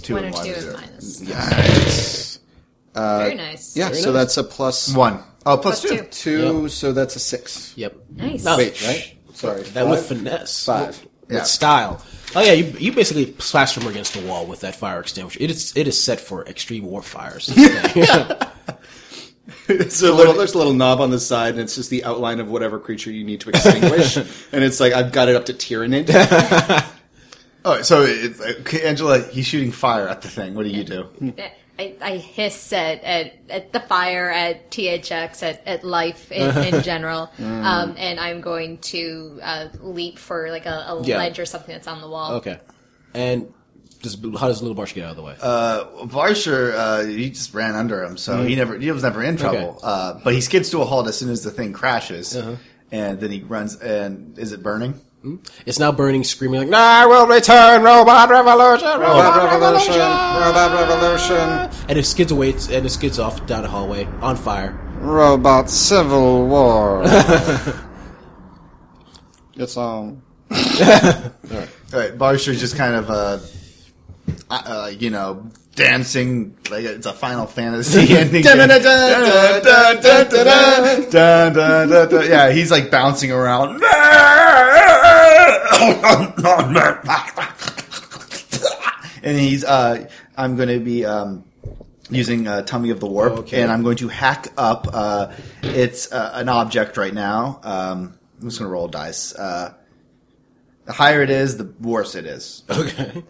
[SPEAKER 6] two
[SPEAKER 5] One or
[SPEAKER 6] and one
[SPEAKER 5] two
[SPEAKER 6] are
[SPEAKER 5] and
[SPEAKER 6] zero.
[SPEAKER 5] minus.
[SPEAKER 7] Nice.
[SPEAKER 5] Very nice.
[SPEAKER 7] Yeah. So that's a plus
[SPEAKER 6] One. Oh, plus,
[SPEAKER 5] Plus
[SPEAKER 6] plus
[SPEAKER 5] two.
[SPEAKER 6] two.
[SPEAKER 7] two.
[SPEAKER 4] Yep.
[SPEAKER 7] So that's a six.
[SPEAKER 4] Yep.
[SPEAKER 5] Nice.
[SPEAKER 4] No.
[SPEAKER 7] Wait, right? Sorry.
[SPEAKER 4] That with
[SPEAKER 7] Five?
[SPEAKER 4] finesse.
[SPEAKER 7] Five.
[SPEAKER 4] With
[SPEAKER 6] Yeah.
[SPEAKER 4] style. Oh yeah, you, you basically slash them against the wall with that fire extinguisher. It is it is set for extreme warfires.
[SPEAKER 7] It's a little, there's a little knob on the side, and it's just the outline of whatever creature you need to extinguish. and it's like I've got it up to Tyranid.
[SPEAKER 6] Oh, so it's, okay, Angela, he's shooting fire at the thing. What do you do?
[SPEAKER 5] I, I hiss at, at, at the fire, at THX, at, at life in, in general.
[SPEAKER 1] Mm.
[SPEAKER 5] Um, and I'm going to uh, leap for like a, a
[SPEAKER 4] Yeah.
[SPEAKER 5] ledge or something that's on the wall.
[SPEAKER 4] okay. And does, how does little Barsh get out of the way?
[SPEAKER 6] Varsher, uh, he just ran under him, so he never he was never in trouble.
[SPEAKER 4] Okay.
[SPEAKER 6] Uh, but he skids to a halt as soon as the thing crashes, and then he runs. And is it burning?
[SPEAKER 4] it's now burning, screaming like, "I will return, robot revolution, robot,
[SPEAKER 9] Oh.
[SPEAKER 4] revolution,
[SPEAKER 7] Robot Revolution,
[SPEAKER 4] And it skids away and it skids off down the hallway on fire.
[SPEAKER 7] Robot Civil War. it's um.
[SPEAKER 6] All right, Barsher's just kind of, uh, uh, you know, dancing like it's a Final Fantasy ending. Dun, dun, dun, dun, dun, dun, dun, dun, dun, dun. yeah, he's like bouncing around. and he's, uh, I'm going to be um, using uh, Tummy of the Warp,
[SPEAKER 4] Okay.
[SPEAKER 6] and I'm going to hack up. Uh, it's uh, an object right now. Um, I'm just going to roll dice. Uh, the higher it is, the worse it is.
[SPEAKER 4] Okay.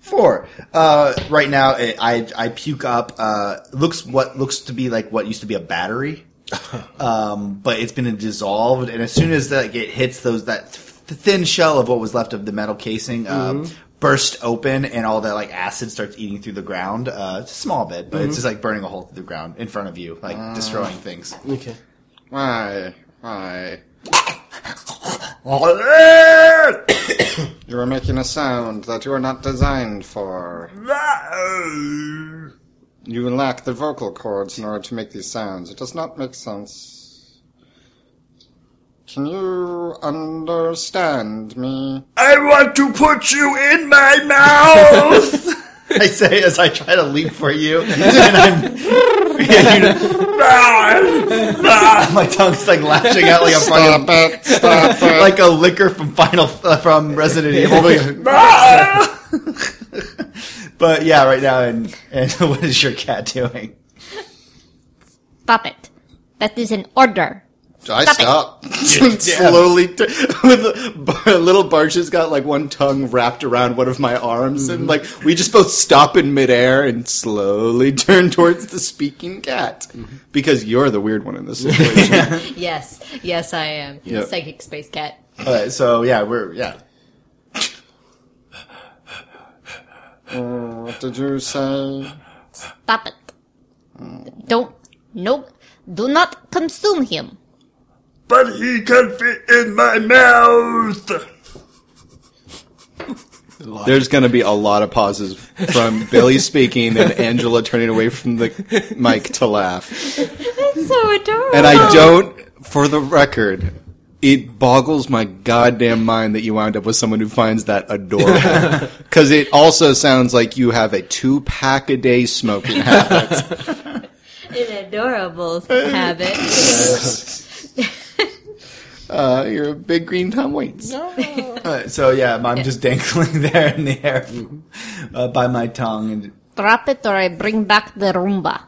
[SPEAKER 6] Four. Uh, right now, it, I I puke up. Uh, looks what looks to be like what used to be a battery, um, but it's been dissolved. And as soon as like it hits those that th- thin shell of what was left of the metal casing, uh,
[SPEAKER 9] Mm-hmm.
[SPEAKER 6] burst open, and all that like acid starts eating through the ground. Uh, it's a small bit, but
[SPEAKER 9] Mm-hmm.
[SPEAKER 6] it's just like burning a hole through the ground in front of you, like
[SPEAKER 9] Ah.
[SPEAKER 6] destroying things.
[SPEAKER 4] Okay.
[SPEAKER 7] Why? Why? You are making a sound that you are not designed for. You lack the vocal cords in order to make these sounds. It does not make sense.
[SPEAKER 1] Can you understand me?
[SPEAKER 9] I want to put you in my mouth.
[SPEAKER 6] I say as I try to leap for you, and I'm, yeah, you know, my tongue's like lashing out like a fucking,
[SPEAKER 1] Stop it! Stop it!
[SPEAKER 6] like a liquor from Final uh, from Resident Evil. But yeah, right now, and and what is your cat doing?
[SPEAKER 5] Stop it. That is an order.
[SPEAKER 1] I stop.
[SPEAKER 5] Stop
[SPEAKER 1] Slowly, t- with the bar- little Barge's got like one tongue wrapped around one of my arms, and like we just both stop in midair and slowly turn towards the speaking cat because you're the weird one in this situation.
[SPEAKER 8] Yes, yes, I am.
[SPEAKER 1] Yep.
[SPEAKER 8] Psychic space cat.
[SPEAKER 6] All right, so yeah, we're yeah.
[SPEAKER 1] what did you say?
[SPEAKER 5] Stop it. Don't. Nope. Do not consume him.
[SPEAKER 9] but he can fit in my mouth.
[SPEAKER 1] There's going to be a lot of pauses from Billy speaking and Angela turning away from the mic to laugh,
[SPEAKER 8] It's so adorable.
[SPEAKER 1] and
[SPEAKER 6] Oh.
[SPEAKER 1] I don't, for the record. It boggles my goddamn mind that you wound up with someone who finds that adorable. Because it also sounds like you have a two pack a day smoking habit.
[SPEAKER 8] An adorable habit.
[SPEAKER 1] Uh, you're a big green Tom Waits.
[SPEAKER 6] All right, so yeah, I'm just dangling there in the air uh, by my tongue, and
[SPEAKER 5] Drop it or I bring back the Roomba.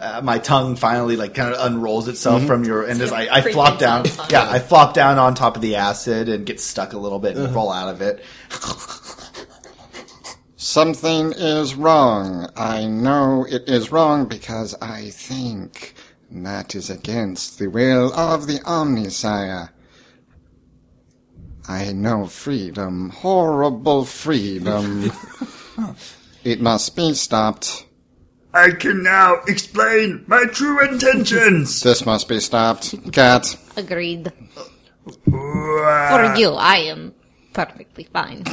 [SPEAKER 6] uh, my tongue finally like kind of unrolls itself from your and as I, I
[SPEAKER 8] Creeping
[SPEAKER 6] flop down
[SPEAKER 8] tongue.
[SPEAKER 6] yeah i flop down on top of the acid and get stuck a little bit and roll out of it
[SPEAKER 1] Something is wrong. I know it is wrong because I think that is against the will of the Omnisire. I know freedom, horrible freedom. it must be stopped.
[SPEAKER 9] I can now explain my true intentions.
[SPEAKER 1] This must be stopped. Cat.
[SPEAKER 5] Agreed. For you, I am perfectly fine.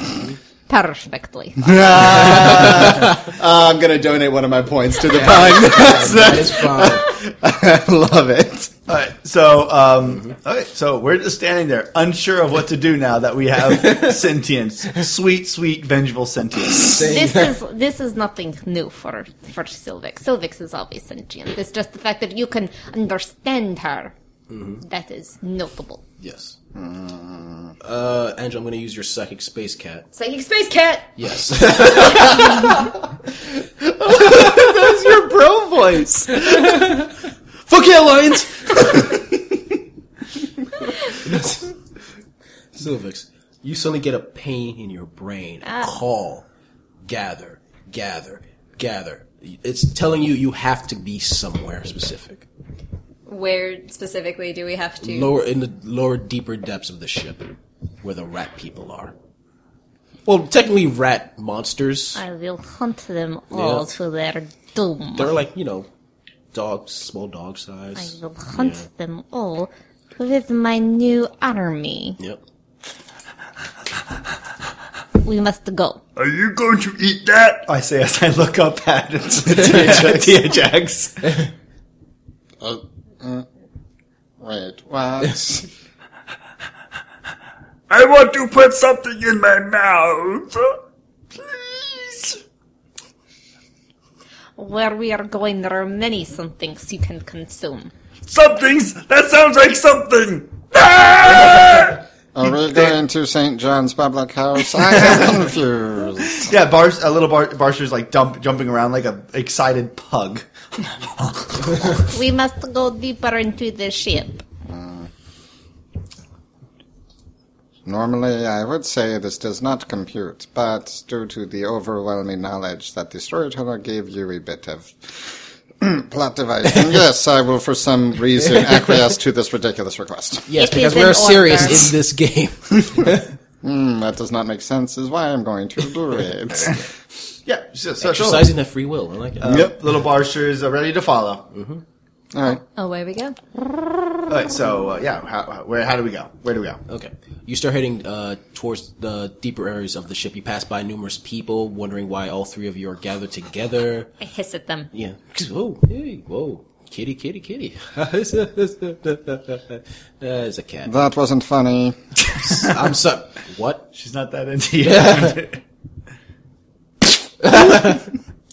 [SPEAKER 5] Perfectly. fine.
[SPEAKER 1] I'm gonna donate one of my points to the podcast.
[SPEAKER 4] That is fine.
[SPEAKER 1] I love it.
[SPEAKER 6] all right so um okay so we're just standing there unsure of what to do now that we have sentience sweet sweet vengeful sentience
[SPEAKER 5] This is this is nothing new for for Silvix. Silvix is always sentient. It's just the fact that you can understand her.
[SPEAKER 4] Mm-hmm.
[SPEAKER 5] That is notable.
[SPEAKER 4] Yes. Uh, Angela, I'm going to use your psychic space cat.
[SPEAKER 8] Psychic space cat.
[SPEAKER 4] Yes.
[SPEAKER 1] Your bro voice. Fuck yeah, Lions!
[SPEAKER 4] Silvix, you suddenly get a pain in your brain.
[SPEAKER 1] Ah.
[SPEAKER 4] A call. Gather. Gather. Gather. It's telling you you have to be somewhere specific.
[SPEAKER 8] Where specifically do we have to?
[SPEAKER 4] Lower in the lower, deeper depths of the ship, where the rat people are. Well, technically, rat monsters.
[SPEAKER 5] I will hunt them all
[SPEAKER 4] Yeah.
[SPEAKER 5] to their doom.
[SPEAKER 4] They're like you know, dogs, small
[SPEAKER 5] I
[SPEAKER 4] dog size.
[SPEAKER 5] will hunt them all with my new army.
[SPEAKER 4] Yep.
[SPEAKER 5] We must go.
[SPEAKER 9] Are you going to eat that?
[SPEAKER 6] i say as i look up at thx
[SPEAKER 1] Uh, uh, wait, what?
[SPEAKER 9] I want to put something in my mouth. Please.
[SPEAKER 5] Where we are going, there are many some things you can consume.
[SPEAKER 9] Something's. That sounds like something. Ah!
[SPEAKER 1] Are we going to St. John's Public House? I am confused.
[SPEAKER 6] yeah bars a little bar barsher's like dump, jumping around like a excited pug
[SPEAKER 5] We must go deeper into the ship.
[SPEAKER 1] Normally, I would say this does not compute, but due to the overwhelming knowledge that the storyteller gave you a bit of plot device, and yes, I will for some reason acquiesce to this ridiculous request.
[SPEAKER 4] Yes,
[SPEAKER 5] It
[SPEAKER 4] because
[SPEAKER 5] is an
[SPEAKER 4] we're serious
[SPEAKER 5] order.
[SPEAKER 4] in this game.
[SPEAKER 1] Hmm, that does not make sense, is why I'm going to do it.
[SPEAKER 6] yeah so, so, so
[SPEAKER 4] Exercising that free will. I like it.
[SPEAKER 1] Yep.
[SPEAKER 6] little barsher is uh, ready to follow
[SPEAKER 1] All right.
[SPEAKER 8] Away Oh, we go.
[SPEAKER 6] All right, so uh, yeah, how, how- where how do we go? Where do we go?
[SPEAKER 4] Okay. You start heading uh, towards the deeper areas of the ship. You pass by numerous people, wondering why all three of you are gathered together.
[SPEAKER 5] I hiss at them.
[SPEAKER 4] Yeah. Oh, hey, whoa. Kitty, kitty, kitty. it's a it's a cat.
[SPEAKER 1] That wasn't funny.
[SPEAKER 4] I'm so. What?
[SPEAKER 6] She's not that into you.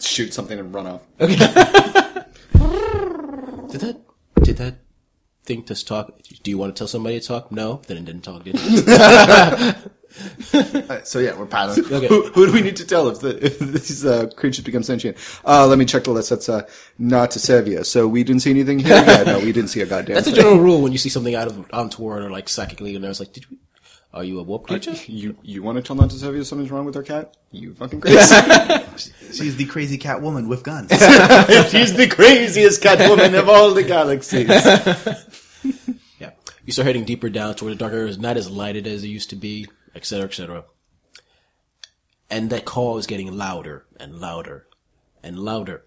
[SPEAKER 7] Shoot something and run off.
[SPEAKER 4] Did that? Did that thing just talk? Do you want to tell somebody to talk? No. Then it didn't talk. Did it?
[SPEAKER 6] so yeah, we're paddling.
[SPEAKER 4] Okay.
[SPEAKER 7] Who, who do we need to tell if, the, if these uh, creatures become sentient? Uh, let me check the list. That's uh, not to Sevia. So we didn't see anything here. Yeah, no, we didn't see a goddamn
[SPEAKER 4] That's a
[SPEAKER 7] thing.
[SPEAKER 4] general rule when you see something out of untoward or like psychically, and I was like, "Did we? Are you a warp creature?"
[SPEAKER 7] You you want to tell not to Sevia something's wrong with their cat? You fucking crazy.
[SPEAKER 6] She's the crazy cat woman with guns.
[SPEAKER 7] She's the craziest cat woman of all the galaxies.
[SPEAKER 4] Yeah. You start heading deeper down toward the dark areas, not as lighted as it used to be, et cetera, et cetera. And that call is getting louder and louder and louder.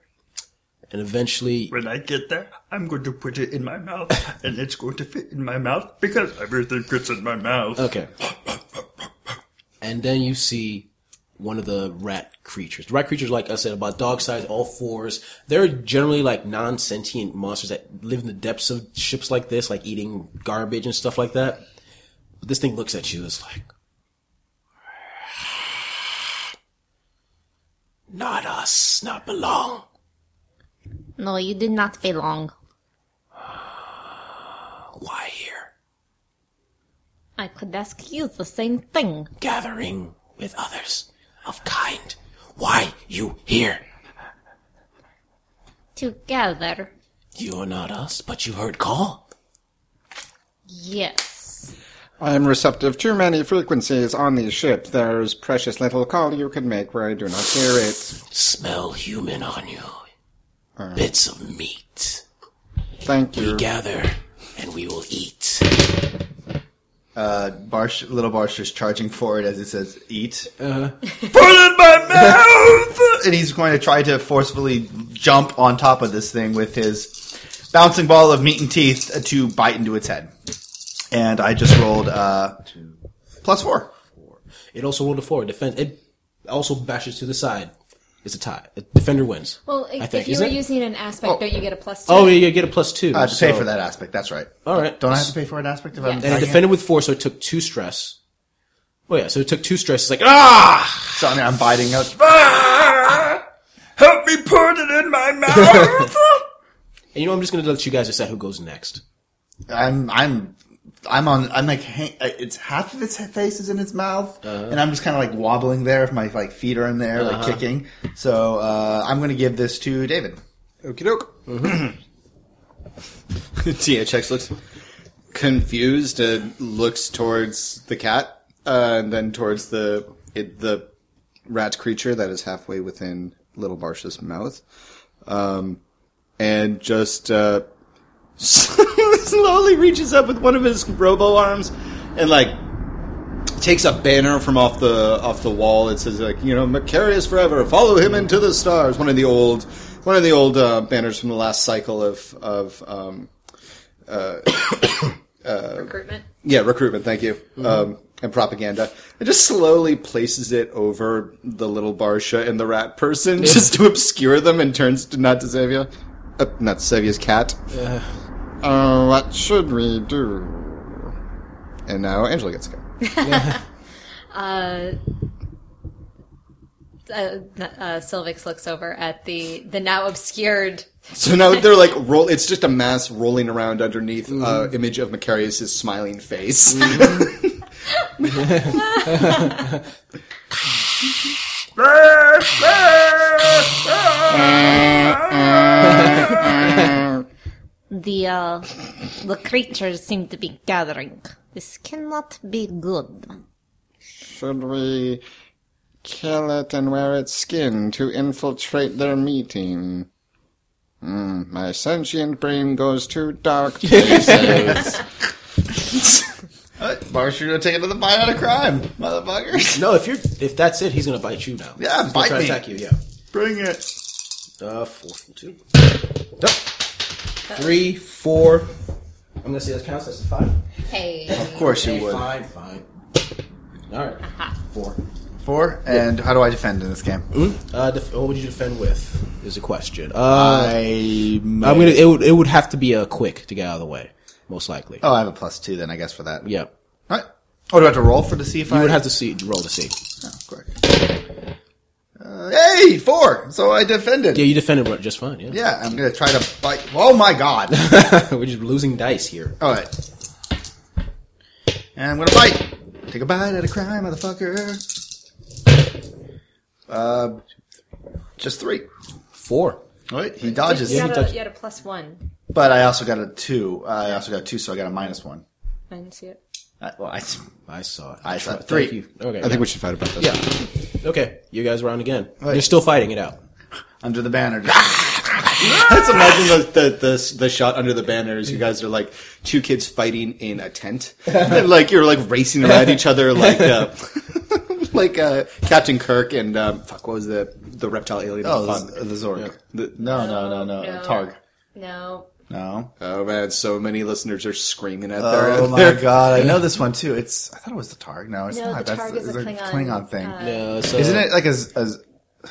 [SPEAKER 4] And eventually,
[SPEAKER 9] When I get there, I'm going to put it in my mouth, and it's going to fit in my mouth because everything fits in my mouth.
[SPEAKER 4] okay. And then you see one of the rat creatures. The rat creatures, like I said, about dog size, all fours. They're generally like non-sentient monsters that live in the depths of ships like this, like eating garbage and stuff like that. But this thing looks at you. It's like, not us, not belong.
[SPEAKER 5] No, you did not belong.
[SPEAKER 4] Why here?
[SPEAKER 5] I could ask you the same thing.
[SPEAKER 4] Gathering with others of kind. Why you here?
[SPEAKER 5] Together.
[SPEAKER 4] You are not us, but you heard call.
[SPEAKER 5] Yes.
[SPEAKER 1] I am receptive to many frequencies on the ship. There's precious little call you can make where I do not hear it.
[SPEAKER 4] Smell human on you. Bits of meat.
[SPEAKER 1] Thank you.
[SPEAKER 4] Gather, and we will eat.
[SPEAKER 6] Uh, Barsh, little Barsh is charging forward as it says "eat,"
[SPEAKER 9] Uh-huh. Put it in my mouth!
[SPEAKER 6] and he's going to try to forcefully jump on top of this thing with his bouncing ball of meat and teeth to bite into its head. And I just rolled uh, plus four.
[SPEAKER 4] It also rolled a four. Defense. It also bashes to the side. It's a tie. The defender wins.
[SPEAKER 8] Well,
[SPEAKER 4] I
[SPEAKER 8] if,
[SPEAKER 4] think,
[SPEAKER 8] if you
[SPEAKER 4] isn't
[SPEAKER 8] were
[SPEAKER 4] it?
[SPEAKER 8] using an aspect, don't you get a plus two?
[SPEAKER 4] Oh, yeah, you get a plus two.
[SPEAKER 6] I have to
[SPEAKER 4] so-
[SPEAKER 6] pay for that aspect. That's right.
[SPEAKER 4] All right.
[SPEAKER 6] Don't I have to pay for an aspect if I'm
[SPEAKER 4] And it
[SPEAKER 6] attacking it?
[SPEAKER 4] defended with four, so it took two stress. Well, yeah, so it took two stress. It's like, ah!
[SPEAKER 6] So I mean, I'm biting out.
[SPEAKER 9] Ah! Help me put it in my mouth!
[SPEAKER 4] And you know, I'm just going to let you guys decide who goes next.
[SPEAKER 6] I'm I'm I'm on I'm like hang, uh, it's half of its face is in its mouth, and I'm just kind of like wobbling there if my like feet are in there like kicking. So uh, I'm gonna give this to David.
[SPEAKER 7] Okie doke. THX looks confused and looks towards the cat uh, and then towards the it, the rat creature that is halfway within little Barsha's mouth. Um, and just uh, slowly reaches up with one of his robo arms and like takes a banner from off the off the wall. It says like you know Macarius forever. Follow him into the stars. One of the old one of the old uh, banners from the last cycle of of um,
[SPEAKER 8] Recruitment.
[SPEAKER 7] yeah recruitment. Thank you. Um, and propaganda. It just slowly places it over the little Barsha and the rat person just to obscure them and turns to not to Xavier. Uh, not Xavier's cat.
[SPEAKER 1] Uh, what should we do?
[SPEAKER 7] And now Angela gets to go.
[SPEAKER 8] Uh, uh, Sylvix looks over at the the now obscured.
[SPEAKER 7] So now they're like roll. It's just a mass rolling around underneath uh, image of Macarius's smiling face.
[SPEAKER 5] The uh, the creatures seem to be gathering. This cannot be good.
[SPEAKER 1] Should we kill it and wear its skin to infiltrate their meeting? Hmm, my sentient brain goes to dark places.
[SPEAKER 6] Uh, Barsh, you're gonna take another bite out of crime, motherfuckers.
[SPEAKER 4] No, if you're if that's it, he's going to bite you now.
[SPEAKER 6] Yeah,
[SPEAKER 4] he's gonna
[SPEAKER 6] bite
[SPEAKER 4] try to
[SPEAKER 6] me.
[SPEAKER 4] attack you. Yeah.
[SPEAKER 6] Bring it.
[SPEAKER 4] Uh, four, two, Nope. three, four. I'm gonna say that counts. That's a five.
[SPEAKER 8] Hey,
[SPEAKER 6] Of course you
[SPEAKER 4] Okay,
[SPEAKER 6] would.
[SPEAKER 4] Fine, fine. All right, four.
[SPEAKER 6] Four. And how do I defend in this game?
[SPEAKER 4] Uh, def- what would you defend with? Is a question. Uh,
[SPEAKER 6] I.
[SPEAKER 4] I'm gonna. It would. It would have to be a quick to get out of the way, most likely.
[SPEAKER 6] Oh, I have a plus two then, I guess, for that.
[SPEAKER 4] Yeah.
[SPEAKER 6] All right. Oh, do I have to roll for to see if I
[SPEAKER 4] You would have to see roll to see.
[SPEAKER 6] Oh, correct. Uh, hey, four. So I defended.
[SPEAKER 4] Yeah,
[SPEAKER 6] Yeah,
[SPEAKER 4] you defended it just fine. Yeah.
[SPEAKER 6] I'm gonna try to bite. Oh my god.
[SPEAKER 4] We're just losing dice here.
[SPEAKER 6] All right. And I'm gonna bite. Take a bite at a crime, motherfucker. Uh, just three.
[SPEAKER 4] Four.
[SPEAKER 6] All right, he dodges.
[SPEAKER 8] You,
[SPEAKER 4] Yeah. he
[SPEAKER 8] got a,
[SPEAKER 4] touched-
[SPEAKER 8] you got a plus one.
[SPEAKER 6] But I also got a two. I also got a two, so I got a minus one.
[SPEAKER 8] I didn't see it.
[SPEAKER 6] Uh, well, I,
[SPEAKER 4] I saw it.
[SPEAKER 6] I saw it.
[SPEAKER 4] Thank
[SPEAKER 6] Three.
[SPEAKER 4] You. Okay.
[SPEAKER 7] I think we should fight about this.
[SPEAKER 4] yeah. Yeah. Okay. You guys round again. You're still fighting it out.
[SPEAKER 6] under the banner.
[SPEAKER 7] Ah!
[SPEAKER 6] Just,
[SPEAKER 7] Let's imagine the, the the the shot under the banners. You guys are like two kids fighting in a tent, and like you're like racing around each other, like uh, like uh, Captain Kirk and um, fuck, what was the the reptile alien?
[SPEAKER 6] oh,
[SPEAKER 7] Fun.
[SPEAKER 6] the, the Zorg.
[SPEAKER 7] The-
[SPEAKER 6] No, no, no, no,
[SPEAKER 8] No.
[SPEAKER 6] Targ.
[SPEAKER 8] No.
[SPEAKER 6] No.
[SPEAKER 7] oh man, so many listeners are screaming at their.
[SPEAKER 6] Oh my god, I know this one too. It's I thought it was the Targ. No, it's
[SPEAKER 8] No,
[SPEAKER 6] not.
[SPEAKER 8] the
[SPEAKER 6] That's
[SPEAKER 8] Targ is
[SPEAKER 6] it's
[SPEAKER 8] a
[SPEAKER 6] a
[SPEAKER 8] Klingon,
[SPEAKER 6] Klingon, thing.
[SPEAKER 8] uh,
[SPEAKER 4] Uh, so
[SPEAKER 6] Isn't it like as as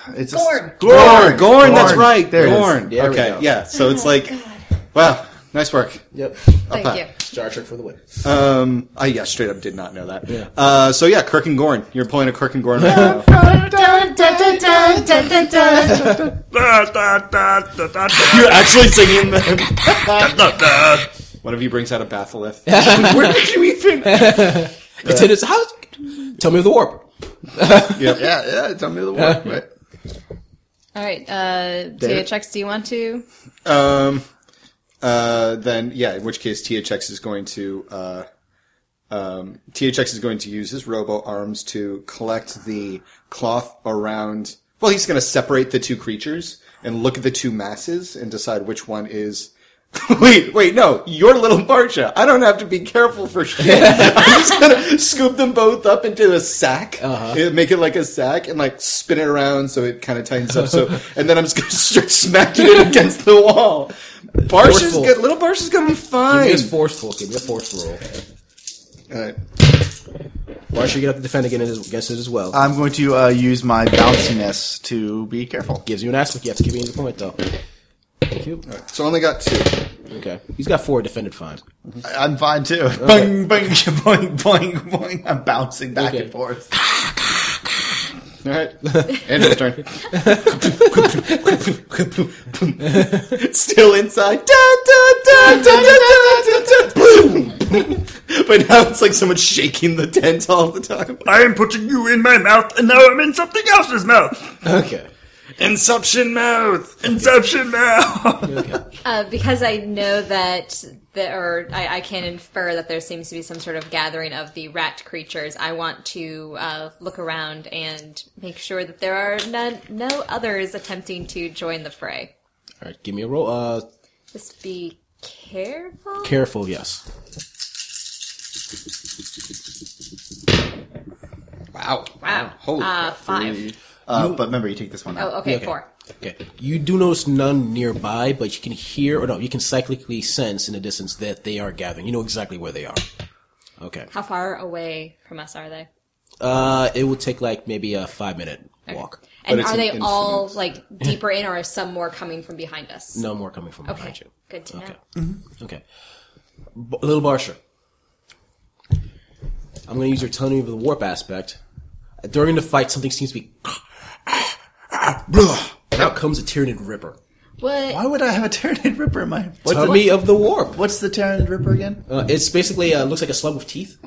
[SPEAKER 6] it's a-
[SPEAKER 8] Gorn.
[SPEAKER 7] Gorn, Gorn, that's
[SPEAKER 6] Gorn.
[SPEAKER 7] right,
[SPEAKER 6] There it is.
[SPEAKER 7] Gorn.
[SPEAKER 4] There we
[SPEAKER 7] okay,
[SPEAKER 4] go.
[SPEAKER 7] yeah. So it's like, wow, nice work.
[SPEAKER 4] Yep.
[SPEAKER 8] Thank you.
[SPEAKER 4] Star Trek for the win.
[SPEAKER 7] Um, I yeah, straight up did not know that.
[SPEAKER 4] Yeah.
[SPEAKER 7] Uh, so yeah, Kirk and Gorn. You're playing a Kirk and Gorn right now.
[SPEAKER 9] Da, da, da, da, da,
[SPEAKER 7] You're actually singing them.
[SPEAKER 9] da, da, da.
[SPEAKER 7] One of you brings out a batholith. Where did you even?
[SPEAKER 4] It's in his house. Tell me of the warp.
[SPEAKER 6] Yeah, yeah. Tell me the word. Right.
[SPEAKER 8] All right. Uh, THX, do you want to?
[SPEAKER 7] Um, uh, then yeah, in which case THX is going to uh, um, THX is going to use his robo arms to collect the cloth around. Well, he's going to separate the two creatures and look at the two masses and decide which one is. Wait, wait, no, you're little Marcia. I don't have to be careful for shit. I'm just gonna scoop them both up into a sack,
[SPEAKER 4] Uh-huh.
[SPEAKER 7] uh make it like a sack, and like spin it around so it kind of tightens up. So, and then I'm just gonna start smacking it against the wall. Barsha's
[SPEAKER 4] Forceful.
[SPEAKER 7] good. Little Barsha's gonna be
[SPEAKER 4] Give
[SPEAKER 7] fine.
[SPEAKER 4] me a forceful. Give me a forceful roll.
[SPEAKER 7] All right.
[SPEAKER 4] Why should you get up to defend again as- against it as well?
[SPEAKER 6] I'm going to uh, use my bounciness to be careful.
[SPEAKER 4] Gives you an aspect. You have to give me the point though. Thank you.
[SPEAKER 7] So I only got two.
[SPEAKER 4] Okay. He's got four. Defended fine.
[SPEAKER 6] I- I'm fine too. Boing, boing, boing, boing, boing. I'm bouncing back
[SPEAKER 4] Okay.
[SPEAKER 6] and forth.
[SPEAKER 7] All right, Andrew's turn. Still inside. Da, da, da, da, da, da, da, da. Boom. but now it's like someone shaking the tent all the time.
[SPEAKER 9] I am putting you in my mouth, and now I'm in something else's mouth.
[SPEAKER 4] Okay.
[SPEAKER 7] Inception mouth.
[SPEAKER 9] Inception now.
[SPEAKER 8] Uh, because I know that the, or I, I can infer that there seems to be some sort of gathering of the rat creatures. I want to uh, look around and make sure that there are none, no others attempting to join the fray.
[SPEAKER 4] All right. Give me a roll. Uh,
[SPEAKER 8] Just be careful.
[SPEAKER 4] careful. Yes.
[SPEAKER 7] Wow.
[SPEAKER 8] wow.
[SPEAKER 7] Holy
[SPEAKER 8] uh,
[SPEAKER 7] crap.
[SPEAKER 8] five.
[SPEAKER 6] Uh, but remember, you take this one out.
[SPEAKER 8] Oh, okay,
[SPEAKER 4] Okay.
[SPEAKER 8] four.
[SPEAKER 4] Okay. You do notice none nearby, but you can hear, or no, you can cyclically sense in the distance that they are gathering. You know exactly where they are. Okay.
[SPEAKER 8] How far away from us are they?
[SPEAKER 4] Uh, it will take like maybe a five minute walk.
[SPEAKER 8] And
[SPEAKER 7] it's
[SPEAKER 8] are
[SPEAKER 7] an
[SPEAKER 8] they all like deeper in, or are some more coming from behind us?
[SPEAKER 4] No more coming from
[SPEAKER 8] Okay.
[SPEAKER 4] behind you.
[SPEAKER 8] Good to know.
[SPEAKER 4] Okay. Okay. B- little Barsha. I'm going to use your tell me of the warp aspect. During the fight, something seems to be. Out comes a Tyranid Ripper.
[SPEAKER 8] What?
[SPEAKER 6] Why would I have a Tyranid Ripper in my? What's,
[SPEAKER 4] Tell me of the warp.
[SPEAKER 6] what's the Tyranid Ripper again?
[SPEAKER 4] Uh, it's basically uh, looks like a slug with teeth.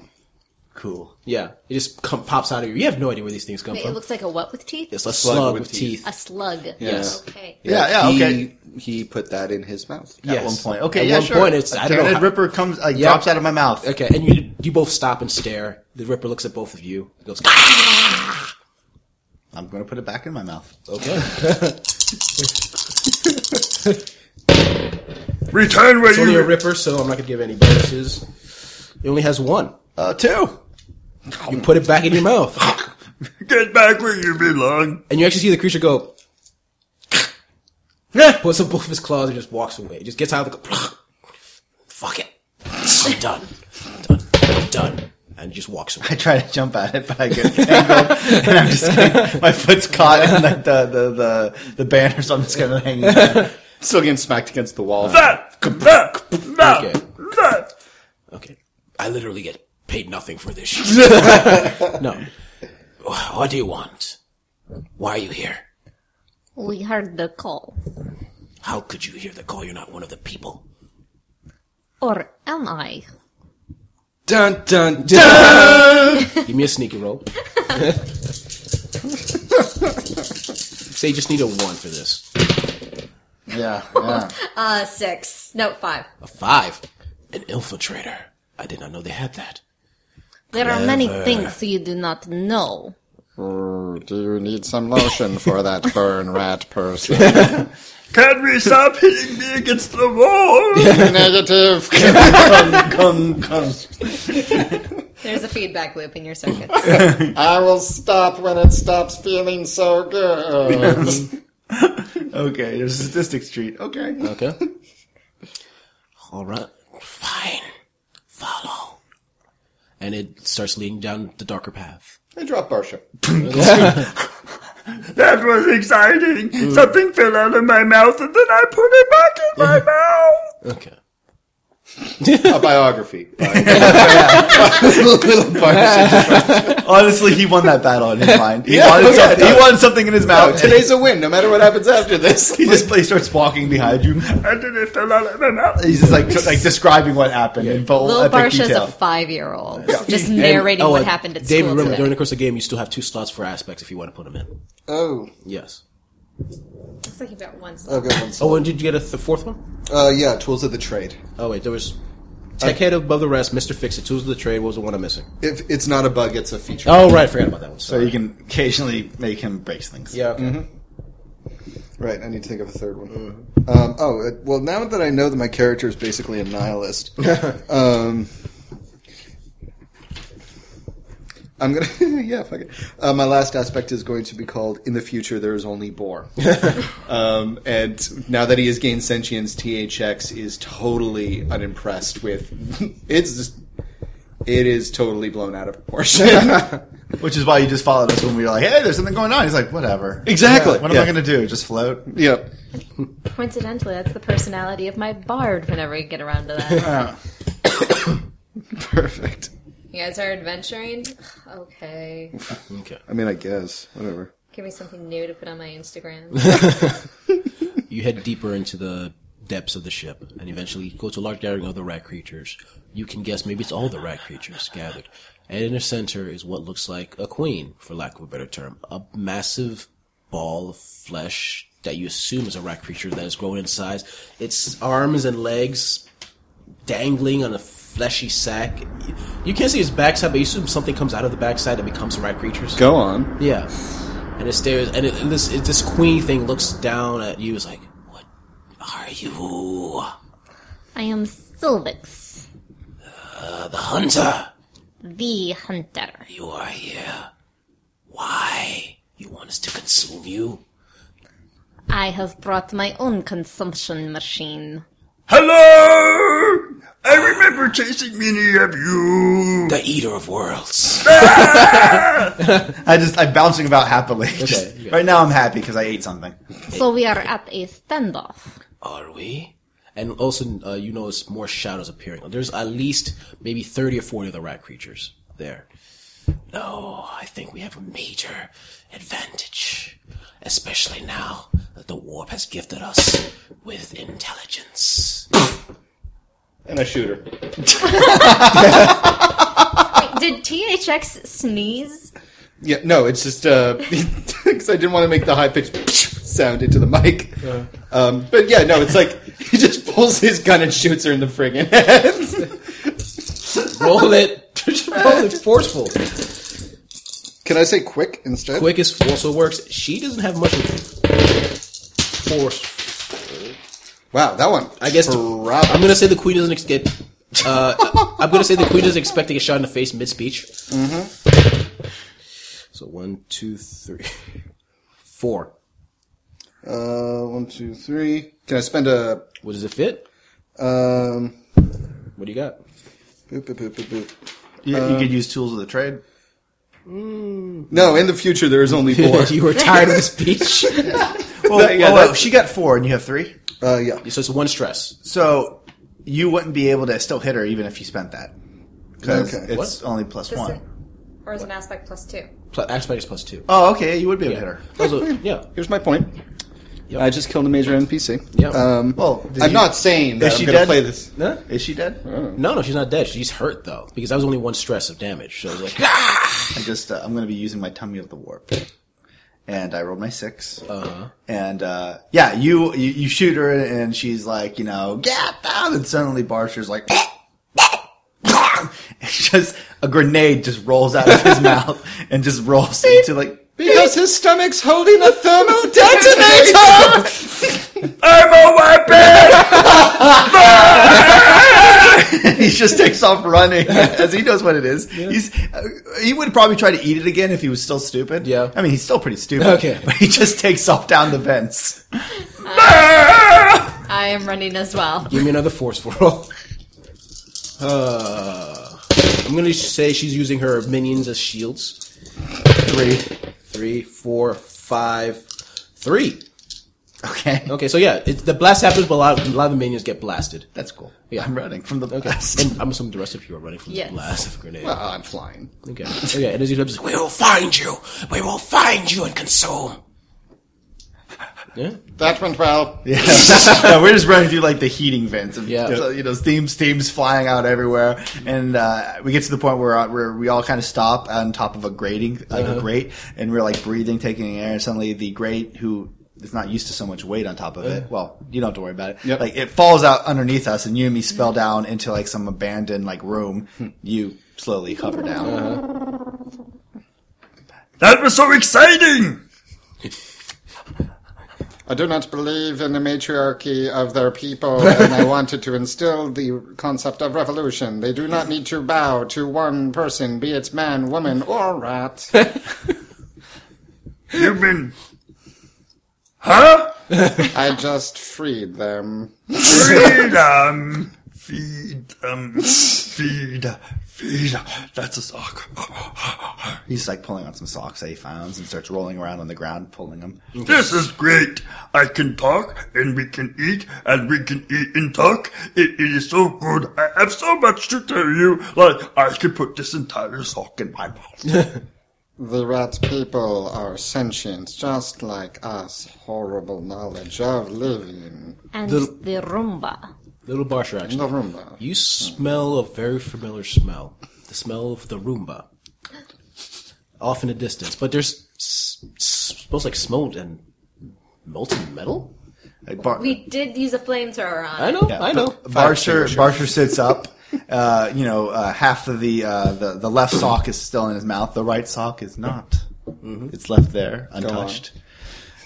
[SPEAKER 6] Cool.
[SPEAKER 4] Yeah, it just come, pops out of you. You have no idea where these things come
[SPEAKER 8] Wait, it
[SPEAKER 4] from.
[SPEAKER 8] looks like a what with teeth?
[SPEAKER 4] it's a slug, with,
[SPEAKER 7] with
[SPEAKER 4] teeth.
[SPEAKER 8] A slug.
[SPEAKER 7] Yes.
[SPEAKER 8] Okay.
[SPEAKER 6] Yeah, yeah,
[SPEAKER 7] he,
[SPEAKER 6] okay.
[SPEAKER 7] He put that in his mouth.
[SPEAKER 4] Yes.
[SPEAKER 6] At one point. Okay,
[SPEAKER 4] At
[SPEAKER 6] yeah,
[SPEAKER 4] one
[SPEAKER 6] sure.
[SPEAKER 4] point, it's
[SPEAKER 6] a
[SPEAKER 4] I don't know.
[SPEAKER 6] Tyranid
[SPEAKER 4] how-
[SPEAKER 6] Ripper comes, like,
[SPEAKER 4] Yeah.
[SPEAKER 6] drops out of my mouth.
[SPEAKER 4] Okay, and you you both stop and stare. The Ripper looks at both of you. It goes.
[SPEAKER 6] I'm going to put it back in my mouth.
[SPEAKER 4] Okay.
[SPEAKER 9] Return where
[SPEAKER 4] It's only a
[SPEAKER 9] you.
[SPEAKER 4] Ripper, so I'm not gonna give any bonuses. It only has one.
[SPEAKER 6] Uh, two.
[SPEAKER 4] You put it back in your mouth,
[SPEAKER 9] Get back where you belong.
[SPEAKER 4] and you actually see the creature go. Puts up both of his claws and just walks away. It just gets out of the. Fuck it. I'm done. I'm done. I'm done. and just walks away.
[SPEAKER 6] I try to jump at it, but I get tangled, and I'm just getting, my foot's caught in like the the the, the banner, so I'm just kind of hanging. Down.
[SPEAKER 1] Still getting smacked against the wall.
[SPEAKER 9] That, that,
[SPEAKER 6] Ah.
[SPEAKER 9] that,
[SPEAKER 4] Okay.
[SPEAKER 9] that.
[SPEAKER 4] Okay. I literally get paid nothing for this shit. no. What do you want? Why are you here?
[SPEAKER 5] We heard the call.
[SPEAKER 4] How could you hear the call? You're not one of the people.
[SPEAKER 5] Or am I?
[SPEAKER 7] Dun dun dun.
[SPEAKER 4] Give me a sneaky roll. Say you just need a one for this.
[SPEAKER 6] Yeah, yeah.
[SPEAKER 8] Uh, six. No, five.
[SPEAKER 4] A five. An infiltrator. I did not know they had that.
[SPEAKER 5] There are many things you do not know.
[SPEAKER 1] Do you need some lotion for that burn rat person?
[SPEAKER 9] Can we stop hitting me against the wall?
[SPEAKER 1] Negative.
[SPEAKER 8] There's a feedback loop in your circuits.
[SPEAKER 1] I will stop when it stops feeling so good.
[SPEAKER 6] Okay, there's a statistics treat. Okay.
[SPEAKER 4] Okay. All right. Fine. Follow. And it starts leading down the darker path.
[SPEAKER 1] I drop Barsha.
[SPEAKER 9] that was exciting. Something fell out of my mouth and then I put it back in my mouth.
[SPEAKER 4] Okay.
[SPEAKER 1] A biography. By
[SPEAKER 7] Little Barsha.
[SPEAKER 6] Honestly, he won that battle in his mind. He, wanted, something, he wanted something in his mouth.
[SPEAKER 7] Today's a win, no matter what happens after this.
[SPEAKER 6] he just he starts walking behind you.
[SPEAKER 9] And then it fell out of my mouth.
[SPEAKER 6] He's just like like describing what happened in full
[SPEAKER 8] Lil
[SPEAKER 6] epic
[SPEAKER 8] Barsha's
[SPEAKER 6] detail.
[SPEAKER 8] a five-year-old, just narrating
[SPEAKER 4] And- oh,
[SPEAKER 8] what
[SPEAKER 4] uh,
[SPEAKER 8] happened at
[SPEAKER 4] Dave,
[SPEAKER 8] school
[SPEAKER 4] remember,
[SPEAKER 8] today.
[SPEAKER 4] during the course of the game, you still have two slots for aspects if you want to put them in.
[SPEAKER 7] Oh,
[SPEAKER 4] Yes.
[SPEAKER 8] Looks like you got one.
[SPEAKER 7] oh, good one.
[SPEAKER 4] Oh, and did you get a, the fourth one?
[SPEAKER 7] Uh, yeah, tools of the trade.
[SPEAKER 4] Oh, wait, there was Uh, Tech Head above the rest, Mr. Fix It, Tools of the Trade. What was the one I'm missing?
[SPEAKER 7] If it's not a bug, it's a feature.
[SPEAKER 4] Oh, right, I forgot about that one.
[SPEAKER 6] so
[SPEAKER 4] Sorry.
[SPEAKER 6] you can occasionally make him break things.
[SPEAKER 4] yeah, okay.
[SPEAKER 7] Right, I need to think of a third one.
[SPEAKER 1] Mm-hmm.
[SPEAKER 7] Um, oh, uh, well, now that I know that my character is basically a nihilist, um, I'm going to, yeah, fuck it. Uh, my last aspect is going to be called In the Future, There is Only Boar. um, and now that he has gained sentience, THX is totally unimpressed with it's just, it is totally blown out of proportion.
[SPEAKER 6] Which is why you just followed us when we were like, "Hey, there's something going on." He's like, "Whatever."
[SPEAKER 7] Exactly.
[SPEAKER 6] What am I
[SPEAKER 7] Yeah.
[SPEAKER 6] going to do? Just float?
[SPEAKER 7] yep.
[SPEAKER 8] Coincidentally, that's the personality of my bard. Whenever we get around to that,
[SPEAKER 7] Perfect.
[SPEAKER 8] you guys are adventuring. Okay,
[SPEAKER 4] Okay.
[SPEAKER 7] I mean, I guess. Whatever.
[SPEAKER 8] give me something new to put on my Instagram.
[SPEAKER 4] You head deeper into the depths of the ship and eventually go to a large gathering of the rat creatures. You can guess maybe it's all the rat creatures gathered. And in the center is what looks like a queen, for lack of a better term. A massive ball of flesh that you assume is a rat creature that has grown in size. Its arms and legs dangling on a fleshy sack. You can't see its backside, but you assume something comes out of the backside that becomes the rat creatures.
[SPEAKER 1] Go on.
[SPEAKER 4] Yeah. And it stares, and, it, and this it, this queen thing looks down at you. It's like, what are you?
[SPEAKER 5] I am Silvix,
[SPEAKER 4] The hunter.
[SPEAKER 5] the hunter.
[SPEAKER 4] You are here. Why? You want us to consume you?
[SPEAKER 5] I have brought my own consumption machine.
[SPEAKER 9] Hello! I remember chasing many of you.
[SPEAKER 4] The eater of worlds.
[SPEAKER 6] I just I'm bouncing about happily. Just-
[SPEAKER 4] yeah.
[SPEAKER 6] Right now, I'm happy because I ate something.
[SPEAKER 5] So we are at a standoff.
[SPEAKER 4] Are we? And also, uh, you notice more shadows appearing. There's at least maybe 30 or 40 of the rat creatures there. No, I think we have a major advantage. Especially now that the warp has gifted us with intelligence.
[SPEAKER 1] And I shoot her.
[SPEAKER 8] Did THX sneeze?
[SPEAKER 1] Yeah, no, it's just because I didn't want to make the high pitched sound into the mic. Um, but yeah, no, it's like he just pulls his gun and shoots her in the friggin' head.
[SPEAKER 4] Roll it! Roll it forceful.
[SPEAKER 7] Can I say quick instead?
[SPEAKER 4] Quickest also works. She doesn't have much force.
[SPEAKER 7] Wow, that one.
[SPEAKER 4] I guess I'm gonna say the queen doesn't ex- get. Uh, I'm gonna say the queen doesn't expect to get shot in the face mid speech. Mm-hmm. So one, two, three, four.
[SPEAKER 7] Uh, one, two, three. Can I spend a
[SPEAKER 4] What does it fit?
[SPEAKER 7] um?
[SPEAKER 4] What do you got?
[SPEAKER 7] Boop, boop, boop, boop, boop.
[SPEAKER 6] You, you could use tools of the trade.
[SPEAKER 1] No, in the future there is only four.
[SPEAKER 4] you were tired of the speech.
[SPEAKER 6] Well,
[SPEAKER 1] yeah,
[SPEAKER 6] oh,
[SPEAKER 1] that-
[SPEAKER 6] oh, she got four, and you have three.
[SPEAKER 1] Uh, yeah.
[SPEAKER 4] so it's one stress.
[SPEAKER 6] So you wouldn't be able to still hit her even if you spent that because
[SPEAKER 1] Okay.
[SPEAKER 6] it's only plus
[SPEAKER 8] Does it-
[SPEAKER 6] one.
[SPEAKER 8] or is an aspect plus two?
[SPEAKER 4] Pl- Aspect is plus two.
[SPEAKER 6] Oh, okay, you would be able to hit her.
[SPEAKER 4] Also, yeah.
[SPEAKER 1] Here's my point. I just killed a major NPC.
[SPEAKER 4] Yep.
[SPEAKER 1] Um,
[SPEAKER 6] Well, did
[SPEAKER 1] I'm
[SPEAKER 6] you-
[SPEAKER 1] not saying that
[SPEAKER 6] Is
[SPEAKER 1] I'm
[SPEAKER 6] she
[SPEAKER 1] going to
[SPEAKER 6] dead?
[SPEAKER 1] play this.
[SPEAKER 4] No,
[SPEAKER 6] Is she dead?
[SPEAKER 4] no, no, she's not dead. She's hurt though, because that was only one stress of damage. So I was like, "Ah!"
[SPEAKER 6] I just uh, I'm going to be using my tummy of the warp, and I rolled my 6
[SPEAKER 4] Uh-huh.
[SPEAKER 6] And uh, yeah, you, you you shoot her, and she's like, you know, get them, and suddenly Barsher's like. It's just a grenade just rolls out of his mouth and just rolls into like
[SPEAKER 1] Because his stomach's holding a thermal detonator!
[SPEAKER 9] I'm a weapon!
[SPEAKER 6] he just takes off running as he knows what it is. He's uh, he would probably try to eat it again if he was still stupid.
[SPEAKER 4] Yeah.
[SPEAKER 6] I mean he's still pretty stupid.
[SPEAKER 4] Okay.
[SPEAKER 6] but he just takes off down the vents.
[SPEAKER 8] I am running as well.
[SPEAKER 4] give me another forceful roll. Uh, I'm gonna say she's using her minions as shields. Three, three, four, five, three.
[SPEAKER 6] Okay,
[SPEAKER 4] Okay, so yeah, it's, the blast happens, but a lot, a lot of the minions get blasted.
[SPEAKER 6] that's cool.
[SPEAKER 4] Yeah.
[SPEAKER 6] I'm running from the
[SPEAKER 4] Okay,
[SPEAKER 6] blast.
[SPEAKER 4] and I'm assuming the rest of you are running from
[SPEAKER 8] Yes.
[SPEAKER 4] the blast of a grenade.
[SPEAKER 1] Oh, I'm flying.
[SPEAKER 4] Okay. Okay, and as you just like, we will find you! We will find you and consume! Yeah?
[SPEAKER 1] That went well.
[SPEAKER 6] Yeah. No, we're just running through like the heating vents. Of,
[SPEAKER 4] Yeah.
[SPEAKER 6] so, you know, steam, steam's flying out everywhere, and uh, we get to the point where uh, where we all kind of stop on top of a grating, like a grate, and we're like breathing, taking air, and suddenly the grate, who is not used to so much weight on top of it, well, you don't have to worry about it.
[SPEAKER 1] Yep.
[SPEAKER 6] Like it falls out underneath us, and you and me spell down into like some abandoned like room. You slowly hover down.
[SPEAKER 9] That was so exciting!
[SPEAKER 1] I do not believe in the matriarchy of their people, and I wanted to instill the concept of revolution. They do not need to bow to one person, be it man, woman, or rat.
[SPEAKER 9] You've been. Huh?
[SPEAKER 1] I just freed them.
[SPEAKER 9] Freedom! um, Feed them. Feed. Feed. That's a sock.
[SPEAKER 6] He's like pulling on some socks that he found and starts rolling around on the ground, pulling them.
[SPEAKER 9] This is great. I can talk and we can eat and we can eat and talk. It, it is so good. I have so much to tell you. Like, I could put this entire sock in my mouth.
[SPEAKER 1] The rat people are sentient, just like us. Horrible knowledge of living.
[SPEAKER 5] And
[SPEAKER 4] The-
[SPEAKER 5] the, rumba.
[SPEAKER 4] Little Barsha, actually.
[SPEAKER 1] The Roomba.
[SPEAKER 4] You smell a very familiar smell. The smell of the Roomba. Off in the distance. But there's. S- s- smells like smoke and molten metal?
[SPEAKER 6] Like, bar-
[SPEAKER 8] We did use a flamethrower on.
[SPEAKER 4] I know,
[SPEAKER 6] Yeah,
[SPEAKER 4] I know.
[SPEAKER 6] Barsher Barsher sits up. Uh, you know, uh, half of the, uh, the the left sock is still in his mouth. The right sock is not.
[SPEAKER 4] Mm-hmm.
[SPEAKER 6] It's left there untouched.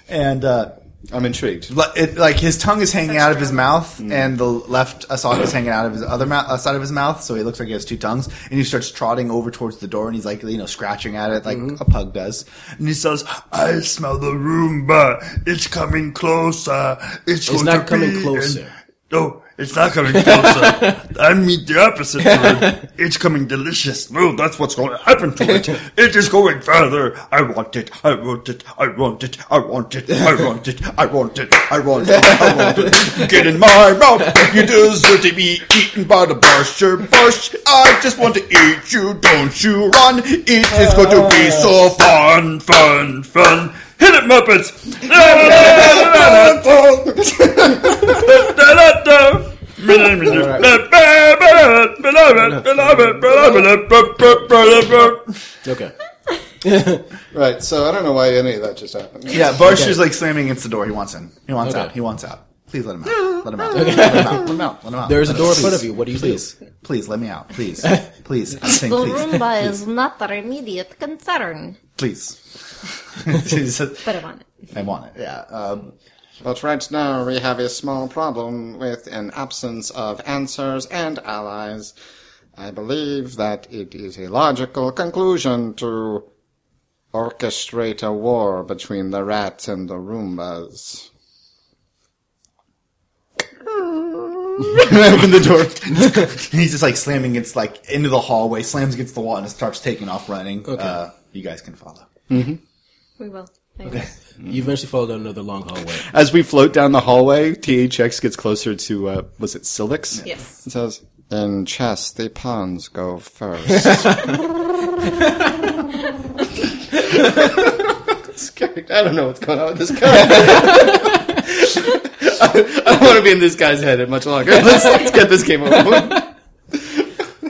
[SPEAKER 6] And uh,
[SPEAKER 1] I'm intrigued.
[SPEAKER 6] le- it, like his tongue is hanging out of his mouth,
[SPEAKER 4] Mm-hmm.
[SPEAKER 6] and the left uh, sock is hanging out of his other mouth, uh, side of his mouth. So he looks like he has two tongues. And he starts trotting over towards the door, and he's like, you know, scratching at it like
[SPEAKER 4] Mm-hmm.
[SPEAKER 6] a pug does.
[SPEAKER 9] And he says, I smell the Roomba. It's coming closer.
[SPEAKER 4] It's
[SPEAKER 9] It's, going
[SPEAKER 4] not
[SPEAKER 9] to
[SPEAKER 4] coming
[SPEAKER 9] be
[SPEAKER 4] closer.
[SPEAKER 9] in- no, it's not coming closer. I mean the opposite to it. It's coming delicious. No, that's what's going to happen to it. It is going further. I want it. I want it. I want it. I want it. I want it. I want it. I want it. I want it. Get in my mouth. You deserve to be eaten by the Barsher Bush. I just want to eat you. Don't you run. It is going to be so fun, fun, fun. Hit it, Muppets. La, la, la, la, la, la.
[SPEAKER 4] Okay.
[SPEAKER 1] Right, so I don't know why any of that just happened.
[SPEAKER 6] Yeah, Barsher's like slamming against the door. He wants in. He wants
[SPEAKER 4] Okay.
[SPEAKER 6] out. He wants out. Please let him out. Let him out. Let him out. Let him out. Let him out.
[SPEAKER 4] There's a
[SPEAKER 6] Let
[SPEAKER 4] door in
[SPEAKER 6] him-
[SPEAKER 4] front of you. What do you
[SPEAKER 6] please,
[SPEAKER 4] do?
[SPEAKER 6] please let me out, please, please, I'm saying
[SPEAKER 5] The
[SPEAKER 6] please,
[SPEAKER 5] rumba is not our immediate concern.
[SPEAKER 6] please. She said,
[SPEAKER 5] But I want it.
[SPEAKER 6] I want it. Yeah. Um,
[SPEAKER 1] But right now we have a small problem with an absence of answers and allies. I believe that it is a logical conclusion to orchestrate a war between the rats and the Roombas. open the door.
[SPEAKER 6] And he's just like slamming against like into the hallway, slams against the wall, and starts taking off running. Uh, you guys can follow.
[SPEAKER 8] We will.
[SPEAKER 4] You eventually follow down another long hallway.
[SPEAKER 1] As we float down the hallway, THX gets closer to, uh, was it Silvix?
[SPEAKER 8] Yes.
[SPEAKER 1] It says, in chess, the pawns go first. This character- I don't know what's going on with this character. I, I don't want to be in this guy's head much longer. Let's, let's get this game over. with.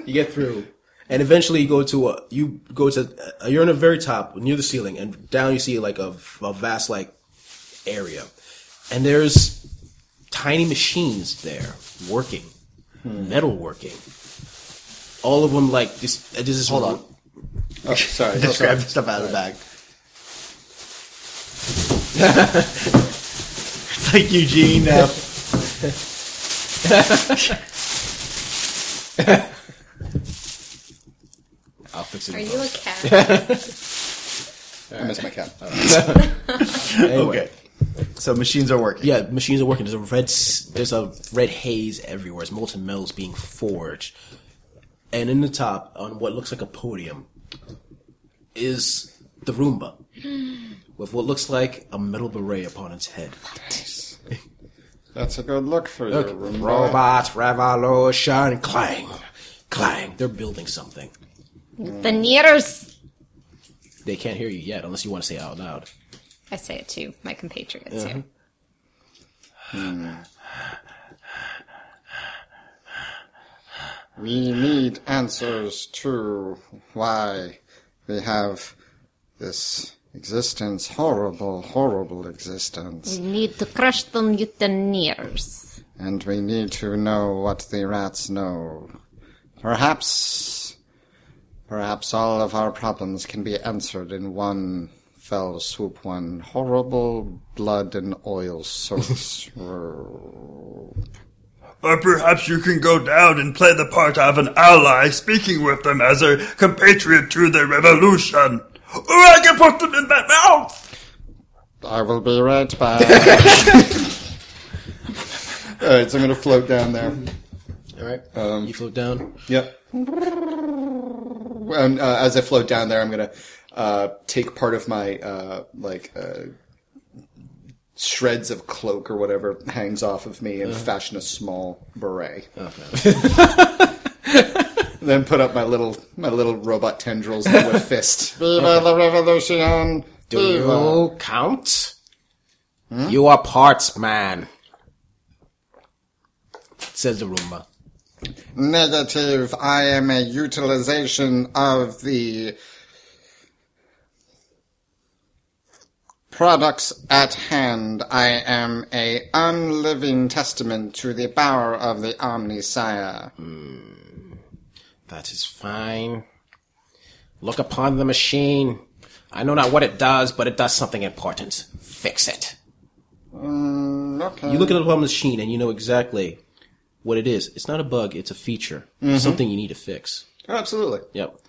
[SPEAKER 4] You get through, and eventually you go to a, you go to uh, you're in the very top near the ceiling, and down you see like a, a vast like area, and there's tiny machines there working, metal working. All of them like this. uh, This is
[SPEAKER 6] Hold on.
[SPEAKER 1] Oh, sorry.
[SPEAKER 6] Just grab the stuff out of the bag. it's like Eugene. Uh,
[SPEAKER 4] I'll fix
[SPEAKER 8] Are
[SPEAKER 4] it.
[SPEAKER 8] you a cat?
[SPEAKER 1] I missed my cat.
[SPEAKER 4] Anyway.
[SPEAKER 6] okay. So machines are working.
[SPEAKER 4] Yeah, machines are working. There's a red. s- There's a red haze everywhere. It's molten metals being forged, and in the top, on what looks like a podium, is the Roomba with what looks like a metal beret upon its head.
[SPEAKER 1] That's a good look for you,
[SPEAKER 4] Okay.
[SPEAKER 1] Roomba.
[SPEAKER 4] Robot revolution, clang, clang. They're building something.
[SPEAKER 5] The nearest.
[SPEAKER 4] They can't hear you yet, unless you want to say it out loud.
[SPEAKER 5] I say it to my compatriots here.
[SPEAKER 1] We need answers to why we have this existence, horrible, horrible existence.
[SPEAKER 5] We need to crush them with the nearest.
[SPEAKER 1] And we need to know what the rats know. Perhaps, perhaps all of our problems can be answered in one fell swoop, one horrible blood and oil soaked
[SPEAKER 9] Or perhaps you can go down and play the part of an ally, speaking with them as a compatriot to the revolution. Or I can put them in my mouth!
[SPEAKER 1] I will be right back. All right, so I'm going to float down there.
[SPEAKER 4] All right. you float down.
[SPEAKER 1] Yep. And uh, as I float down there, I'm gonna uh, take part of my uh, like uh, shreds of cloak or whatever hangs off of me and fashion a small beret. then put up my little my little robot tendrils into a fist. Viva la revolution!
[SPEAKER 4] Do you count? You are parts man. Says the Roomba.
[SPEAKER 1] Negative. I am a utilization of the products at hand. I am a unliving testament to the power of the Omnisire.
[SPEAKER 4] That is fine. Look upon the machine. I know not what it does, but it does something important. Fix it. You look at the machine and you know exactly what it is. It's not a bug, it's a feature. Something you need to fix.
[SPEAKER 1] Absolutely.
[SPEAKER 4] Yep.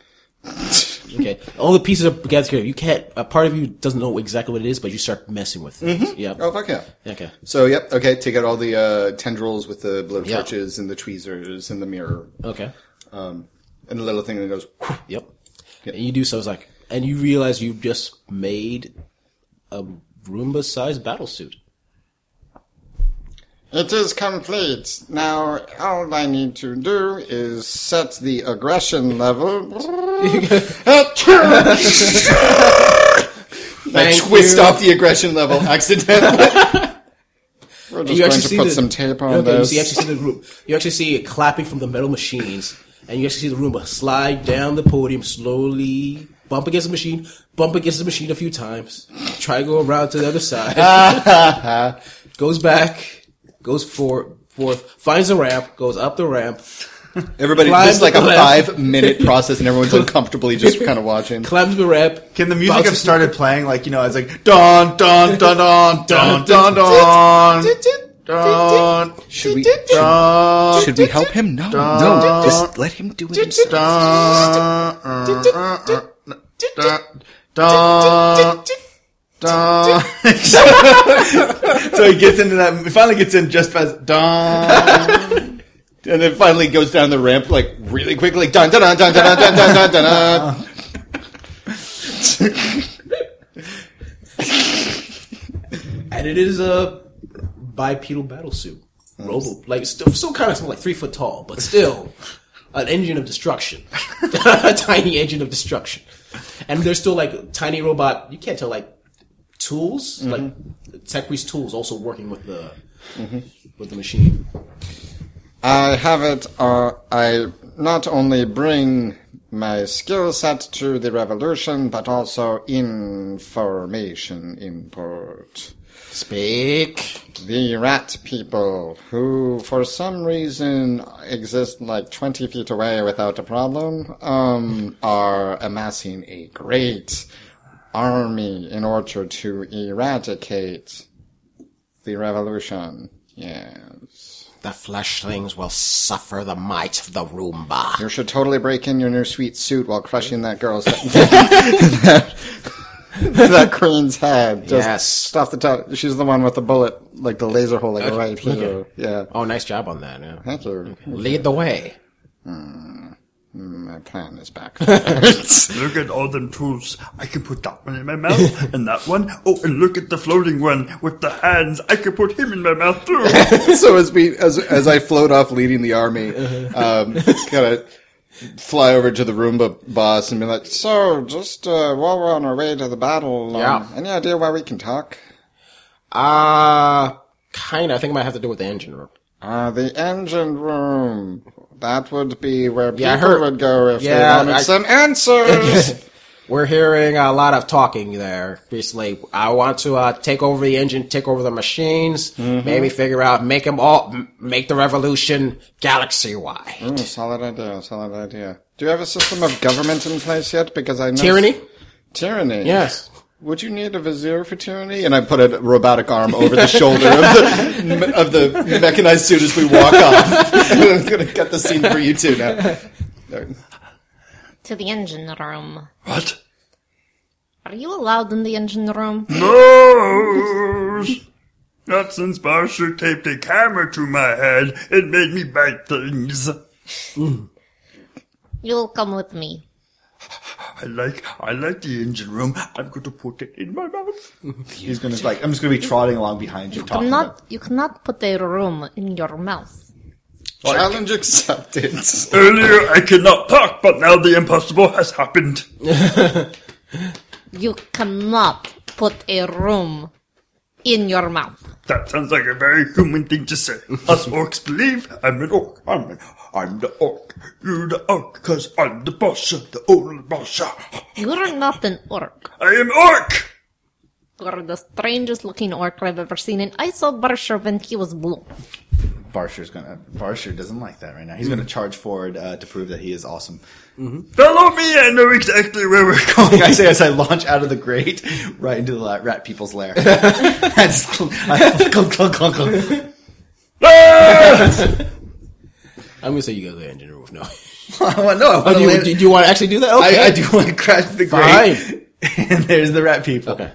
[SPEAKER 4] okay. All the pieces are gathered together. You can't, a part of you doesn't know exactly what it is, but you start messing with things. Yep.
[SPEAKER 1] Oh fuck yeah.
[SPEAKER 4] Okay.
[SPEAKER 1] So yep, okay. Take out all the uh, tendrils with the blow
[SPEAKER 4] Yeah.
[SPEAKER 1] torches and the tweezers and the mirror
[SPEAKER 4] Okay.
[SPEAKER 1] and the little thing that goes.
[SPEAKER 4] Yep. And you do so. It's like, and you realize you've just made a Roomba-sized battle suit.
[SPEAKER 1] It is complete. Now, all I need to do is set the aggression level. I
[SPEAKER 4] Thank
[SPEAKER 1] twist
[SPEAKER 4] you.
[SPEAKER 1] off the aggression level accidentally. We're just
[SPEAKER 4] You
[SPEAKER 1] going
[SPEAKER 4] actually
[SPEAKER 1] to
[SPEAKER 4] see
[SPEAKER 1] put
[SPEAKER 4] the,
[SPEAKER 1] some tape on
[SPEAKER 4] okay,
[SPEAKER 1] this.
[SPEAKER 4] You see, actually see the room. You actually see it clapping from the metal machines, and you actually see the Roomba slide down the podium slowly, bump against the machine, bump against the machine a few times, try to go around to the other side, goes back, goes for, forth, finds a ramp, goes up the ramp,
[SPEAKER 1] Everybody,
[SPEAKER 4] Climb
[SPEAKER 1] this is like a
[SPEAKER 4] the ladder.
[SPEAKER 1] five-minute process, and everyone's uncomfortably just kind of watching.
[SPEAKER 4] climbs the ramp.
[SPEAKER 6] Can the music
[SPEAKER 4] bounces-
[SPEAKER 6] have started playing like you know? It's like don don don don don don don don
[SPEAKER 1] Should we?
[SPEAKER 6] don.
[SPEAKER 7] Should we help him? No, no. Just let him do it himself.
[SPEAKER 6] Dun, uh, uh, uh, dun, dun, Dong.
[SPEAKER 7] So he gets into that. He finally gets in just as dong, and then finally goes down the ramp like really quickly. Dun dun dun dun dun dun dun dun dun. dun.
[SPEAKER 4] and it is a bipedal battle suit. Robo, like still, still kind of small, like three foot tall, but still an engine of destruction, a tiny engine of destruction. And there's still like tiny robot. You can't tell like tools,
[SPEAKER 7] Mm-hmm.
[SPEAKER 4] like Tequi's tools, also working with the with the machine.
[SPEAKER 1] I have it. Uh, I not only bring my skill set to the revolution, but also information input.
[SPEAKER 7] Speak.
[SPEAKER 1] The rat people, who for some reason exist like 20 feet away without a problem, um, are amassing a great army in order to eradicate the revolution. Yes.
[SPEAKER 4] The fleshlings will suffer the might of the Roomba.
[SPEAKER 1] You should totally break in your new sweet suit while crushing that girl's that queen's head. Just
[SPEAKER 4] Yes.
[SPEAKER 1] Stop the top. She's the one with the bullet, like the laser hole, like right here.
[SPEAKER 4] okay.
[SPEAKER 1] Yeah.
[SPEAKER 4] Oh, nice job on that. Yeah.
[SPEAKER 1] Thank you.
[SPEAKER 4] Lead the way.
[SPEAKER 1] My plan is back.
[SPEAKER 9] Look at all them tools. I can put that one in my mouth and that one. Oh, and look at the floating one with the hands. I can put him in my mouth too.
[SPEAKER 7] So as we as as I float off leading the army,
[SPEAKER 6] Uh-huh.
[SPEAKER 7] um, kind of fly over to the Roomba boss and be like,
[SPEAKER 1] so, just uh, while we're on our way to the battle, um,
[SPEAKER 4] Yeah.
[SPEAKER 1] any idea why we can talk?
[SPEAKER 4] Uh, kinda. I think it might have to do with the engine room.
[SPEAKER 1] Uh, the engine room. That would be where people
[SPEAKER 4] Yeah, I heard-
[SPEAKER 1] would go if
[SPEAKER 4] Yeah,
[SPEAKER 1] they wanted
[SPEAKER 4] I-
[SPEAKER 1] some answers.
[SPEAKER 4] We're hearing a lot of talking there recently. I want to uh, take over the engine, take over the machines, maybe figure out, make them all, m- make the revolution galaxy wide.
[SPEAKER 1] Mm, solid idea, solid idea. Do you have a system of government in place yet? Because I know
[SPEAKER 4] Tyranny?
[SPEAKER 1] Tyranny.
[SPEAKER 4] Yes.
[SPEAKER 1] Would you need a vizier for tyranny? And I put a robotic arm over the shoulder of the of the mechanized suit as we walk off. I'm gonna cut the scene for you two now.
[SPEAKER 5] To the engine room.
[SPEAKER 9] what?
[SPEAKER 5] Are you allowed in the engine room?
[SPEAKER 9] No! Not since Barsha taped a camera to my head and made me bite things.
[SPEAKER 5] You'll come with me.
[SPEAKER 9] I like, I like the engine room. I'm going to put it in my mouth.
[SPEAKER 6] He's gonna like. I'm just gonna be trotting along behind you, talking.
[SPEAKER 5] Not, you cannot put a room in your mouth.
[SPEAKER 1] Challenge accepted.
[SPEAKER 9] Earlier I could not talk, but now the impossible has happened.
[SPEAKER 5] You cannot put a room in your mouth.
[SPEAKER 9] That sounds like a very human thing to say. Us orcs believe I'm an orc. I'm, an, I'm the orc. You're the orc, cause I'm the boss, the only boss. I
[SPEAKER 5] You're not an orc.
[SPEAKER 9] am orc!
[SPEAKER 5] You're the strangest looking orc I've ever seen, and I saw Barsher when he was blue.
[SPEAKER 6] Barsher's gonna. Barsher doesn't like that right now.
[SPEAKER 4] Hmm.
[SPEAKER 6] He's gonna charge forward uh, to prove that he is awesome.
[SPEAKER 9] Follow me, I know exactly where we're
[SPEAKER 6] Like
[SPEAKER 9] going.
[SPEAKER 6] I say, as I launch out of the grate, right into the la- rat people's lair. That's I- clunk, clunk, clunk, clunk.
[SPEAKER 4] I'm gonna say you go to the engine room. No.
[SPEAKER 6] I want no. I want
[SPEAKER 4] Oh,
[SPEAKER 6] to
[SPEAKER 4] do, you,
[SPEAKER 6] land-
[SPEAKER 4] do, you want to actually do that?
[SPEAKER 6] I,
[SPEAKER 4] Okay.
[SPEAKER 6] I do want to crash the grate.
[SPEAKER 4] Fine.
[SPEAKER 6] and there's the rat people.
[SPEAKER 4] Okay.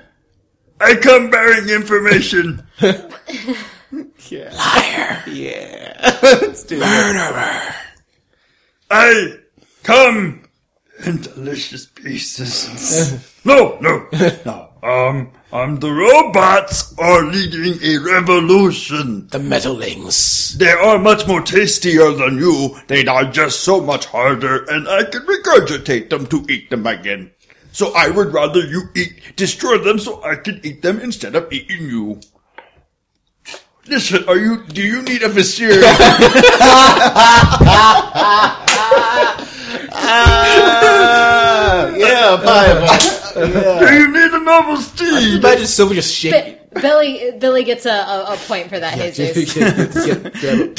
[SPEAKER 9] I come bearing information.
[SPEAKER 6] Let's do it.
[SPEAKER 9] I come in delicious pieces. no, no, no. Um, um, the robots are leading a revolution.
[SPEAKER 4] The metalings.
[SPEAKER 9] They are much more tastier than you. They digest so much harder, and I can regurgitate them to eat them again. So I would rather you eat, destroy them so I can eat them instead of eating you. Listen, are you, do you need a vizier?
[SPEAKER 7] "Yeah, bye."
[SPEAKER 9] do you need a noble steed?
[SPEAKER 4] Imagine Silver just shaking.
[SPEAKER 8] Billy Billy gets a, a, a point for that. Jesus.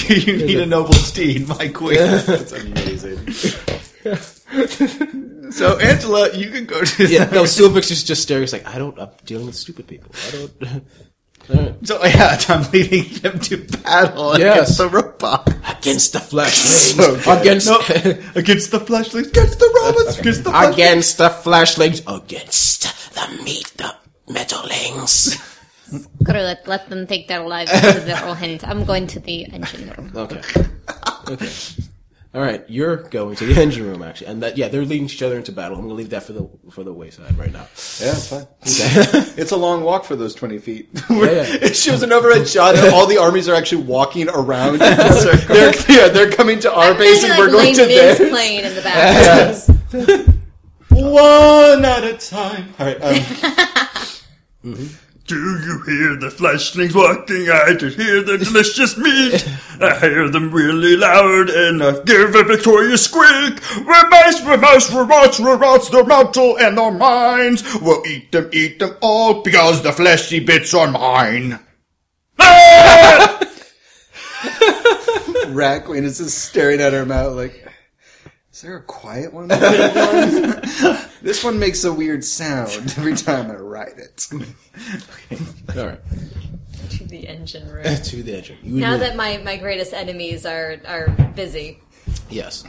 [SPEAKER 6] Do you need a noble steed, my queen? That's amazing. so Angela, you can go to.
[SPEAKER 4] yeah, no, Silvix just just staring. He's like, I don't. I'm dealing with stupid people. I don't.
[SPEAKER 6] So yeah, I'm leading them to battle
[SPEAKER 4] Yes.
[SPEAKER 6] against the robot.
[SPEAKER 4] against the fleshlings. against
[SPEAKER 6] No, against the fleshlings, against the robots, against the
[SPEAKER 4] against the fleshlings. Against the meat. The Metalings.
[SPEAKER 5] Screw it. Let them take their lives into their own hands. I'm going to the engine room.
[SPEAKER 4] Okay. Okay. All right, you're going to the engine room actually, and that yeah, they're leading each other into battle. I'm gonna leave that for the for the wayside right now.
[SPEAKER 1] Yeah, it's fine. it's a long walk for those 20 feet.
[SPEAKER 4] yeah.
[SPEAKER 1] it shows an overhead shot and all the armies are actually walking around. in a circle. they're, yeah, they're coming to our base and
[SPEAKER 8] like,
[SPEAKER 1] we're going to
[SPEAKER 8] Les Mis
[SPEAKER 1] theirs.
[SPEAKER 8] playing in the back.
[SPEAKER 1] One at a time. All right, um,
[SPEAKER 9] Do you hear the flashlings walking? I can hear the delicious meat. I hear them really loud and I give a victorious squeak. Remains, remains, remotes, remotes, their mantle and their minds. We'll eat them, eat them all because the fleshy bits are mine. Ah!
[SPEAKER 1] um, Rat Queen is just staring at her mouth like, is there a quiet one? this one makes a weird sound every time I ride it.
[SPEAKER 4] All right,
[SPEAKER 8] to the engine room.
[SPEAKER 4] to the engine. You
[SPEAKER 8] Now
[SPEAKER 4] immediately-
[SPEAKER 8] that my, my greatest enemies are are busy.
[SPEAKER 4] yes,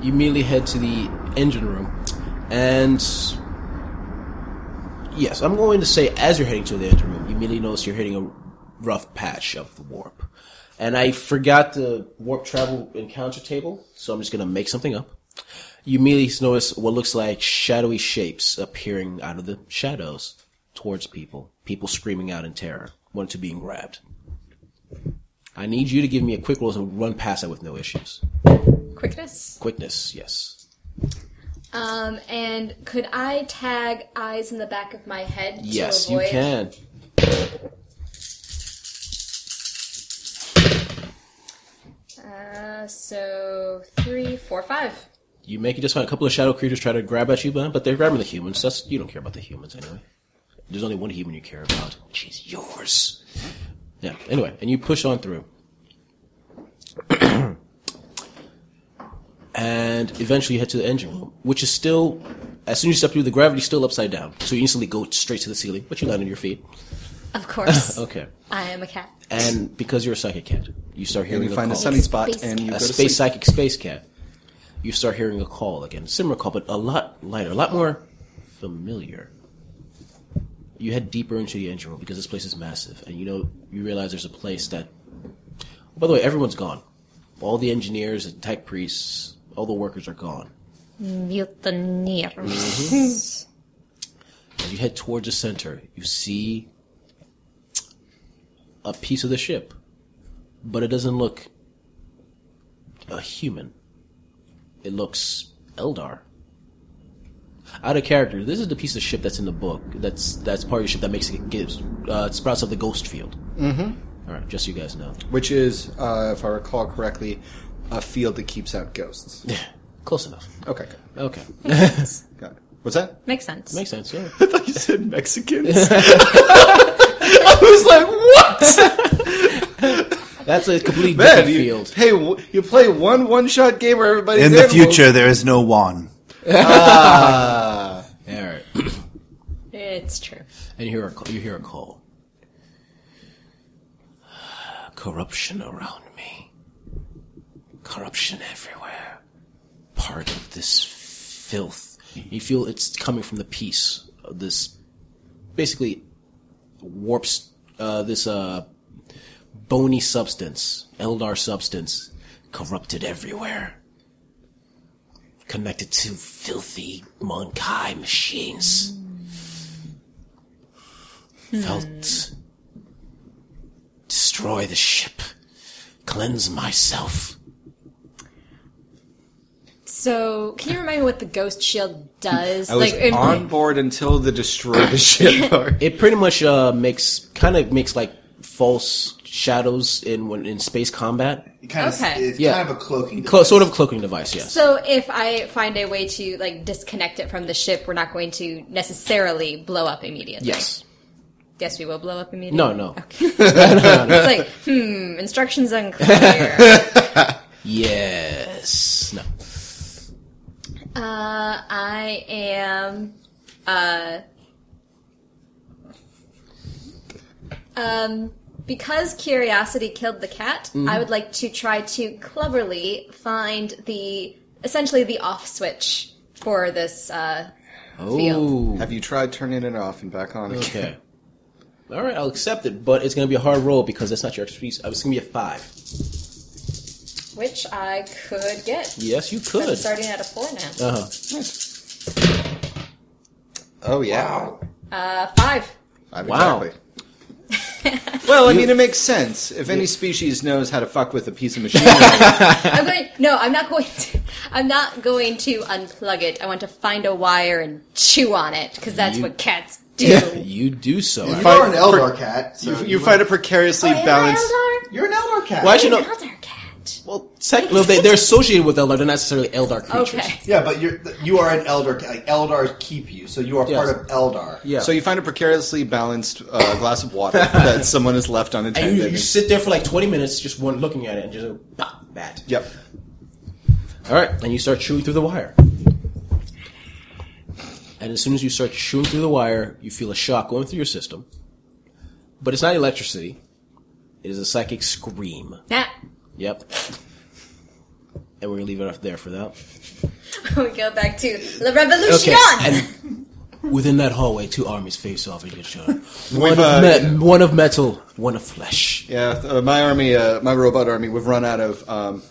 [SPEAKER 4] you immediately head to the engine room, and yes, I'm going to say as you're heading to the engine room, you immediately notice you're hitting a rough patch of the warp, and I forgot the warp travel encounter table, so I'm just gonna make something up. You immediately notice what looks like shadowy shapes appearing out of the shadows towards people. People screaming out in terror, one to being grabbed. I need you to give me a quick roll to run past that with no issues.
[SPEAKER 8] Quickness.
[SPEAKER 4] Quickness, yes.
[SPEAKER 8] Um, and could I tag eyes in the back of my head?
[SPEAKER 4] Yes,
[SPEAKER 8] to
[SPEAKER 4] you
[SPEAKER 8] avoid?
[SPEAKER 4] can.
[SPEAKER 8] Uh, so three, four, five.
[SPEAKER 4] You make it just fine. A couple of shadow creatures try to grab at you, but but they're grabbing the humans. That's you don't care about the humans anyway. There's only one human you care about. She's yours. Yeah. Anyway, and you push on through. and eventually you head to the engine room, which is still as soon as you step through, the gravity's still upside down. So you instantly go straight to the ceiling, but you land on your feet.
[SPEAKER 8] Of course,
[SPEAKER 4] Okay.
[SPEAKER 8] I am a cat.
[SPEAKER 4] And because you're a psychic cat, you start hearing
[SPEAKER 1] You
[SPEAKER 4] a
[SPEAKER 1] find a
[SPEAKER 4] call.
[SPEAKER 1] sunny spot
[SPEAKER 5] Space
[SPEAKER 1] and you go
[SPEAKER 4] a
[SPEAKER 1] to
[SPEAKER 4] space
[SPEAKER 1] sleep.
[SPEAKER 4] psychic space cat, you start hearing a call again, similar call, but a lot lighter, a lot more familiar. You head deeper into the engine room because this place is massive, and you know you realize there's a place that. By the way, everyone's gone. All the engineers, the tech priests, all the workers are gone.
[SPEAKER 5] Mutineers.
[SPEAKER 4] As you head towards the center, you see a piece of the ship, but it doesn't look a human. It looks Eldar. Out of character. This is the piece of ship that's in the book. That's that's part of your ship that makes it gives uh, it sprouts up the ghost field. Mm-hmm. All right, just so you guys know.
[SPEAKER 1] Which is, uh, if I recall correctly, a field that keeps out ghosts.
[SPEAKER 4] Close enough.
[SPEAKER 1] Okay, good.
[SPEAKER 4] Okay,
[SPEAKER 1] Got it. What's that?
[SPEAKER 5] Makes sense.
[SPEAKER 4] makes sense. Yeah.
[SPEAKER 1] thought you said Mexicans. I was like, what?
[SPEAKER 4] That's a completely
[SPEAKER 1] Man,
[SPEAKER 4] different
[SPEAKER 1] you,
[SPEAKER 4] field.
[SPEAKER 1] hey, w- you play one one-shot game where everybody's
[SPEAKER 6] In the
[SPEAKER 1] animals.
[SPEAKER 6] future, there is no Juan.
[SPEAKER 4] All right.
[SPEAKER 8] It's true.
[SPEAKER 4] and you hear a call, you hear a call. Corruption around me. Corruption everywhere. Part of this filth. You feel it's coming from the piece of this, basically, warps uh, this uh, bony substance, Eldar substance, corrupted everywhere. Connected to filthy Monkai machines felt. Destroy the ship. Cleanse myself.
[SPEAKER 8] So, can you remind me what the ghost shield does?
[SPEAKER 1] I was
[SPEAKER 8] in-
[SPEAKER 1] on board until the destroy the ship part.
[SPEAKER 4] It pretty much uh, makes kind of makes like false shadows in when in space combat.
[SPEAKER 6] Kind of,
[SPEAKER 8] Okay.
[SPEAKER 6] It's
[SPEAKER 4] Yeah.
[SPEAKER 6] kind of a cloaking.
[SPEAKER 4] Clo- sort of cloaking device, yes.
[SPEAKER 8] So, if I find a way to like disconnect it from the ship, we're not going to necessarily blow up immediately.
[SPEAKER 4] yes.
[SPEAKER 8] Yes, we will blow up immediately.
[SPEAKER 4] No, no.
[SPEAKER 8] It's like, hmm, instructions unclear.
[SPEAKER 4] Yes. No.
[SPEAKER 8] Uh, I am. Uh, um, because curiosity killed the cat,
[SPEAKER 4] Mm-hmm.
[SPEAKER 8] I would like to try to cleverly find the essentially the off switch for this uh,
[SPEAKER 4] Oh.
[SPEAKER 7] Have you tried turning it off and back on? again?
[SPEAKER 4] Okay. All right, I'll accept it, but it's going to be a hard roll because that's not your expertise. Uh, It's going to be a five.
[SPEAKER 8] which I could get.
[SPEAKER 4] Yes, you
[SPEAKER 8] So I'm
[SPEAKER 4] could.
[SPEAKER 8] starting at a four now.
[SPEAKER 4] Uh-huh.
[SPEAKER 7] Oh yeah.
[SPEAKER 8] Uh, five.
[SPEAKER 7] I've-
[SPEAKER 4] Wow.
[SPEAKER 7] Well, I mean, it makes sense. If any species knows how to fuck with a piece of machinery,
[SPEAKER 8] I'm going. No, I'm not going. To, I'm not going to unplug it. I want to find a wire and chew on it because that's
[SPEAKER 4] You-
[SPEAKER 8] what cats do.
[SPEAKER 4] You do so.
[SPEAKER 6] You
[SPEAKER 4] actually.
[SPEAKER 7] Fight
[SPEAKER 6] are an Eldar cat. So
[SPEAKER 7] you, you fight a precariously balanced.
[SPEAKER 6] You're an Eldar cat.
[SPEAKER 4] Well, actually, no.
[SPEAKER 8] Another cat.
[SPEAKER 4] Well, technically, they, they're associated with Eldar. They're not necessarily Eldar creatures.
[SPEAKER 8] Okay.
[SPEAKER 6] Yeah, but you're you are an Eldar cat. Like, Eldars keep you, so you are
[SPEAKER 4] Yes.
[SPEAKER 6] part of Eldar.
[SPEAKER 4] Yeah.
[SPEAKER 7] So you find a precariously balanced uh, glass of water that someone has left
[SPEAKER 4] and you,
[SPEAKER 7] unattended.
[SPEAKER 4] you sit there for like 20 minutes just one looking at it and just go, pop, bat.
[SPEAKER 7] Yep.
[SPEAKER 4] All right, and you start chewing through the wire. And as soon as you start chewing through the wire, you feel a shock going through your system. But it's not electricity. It is a psychic scream.
[SPEAKER 8] Nah.
[SPEAKER 4] Yep. And we're gonna leave it off there for that.
[SPEAKER 8] We go back to La Revolution.
[SPEAKER 4] And within that hallway, two armies face off against each other. One,
[SPEAKER 7] We've,
[SPEAKER 4] of
[SPEAKER 7] uh,
[SPEAKER 4] me- one of metal, one of flesh.
[SPEAKER 7] Yeah, uh, my army, uh, my robot army, we've run out of. Um,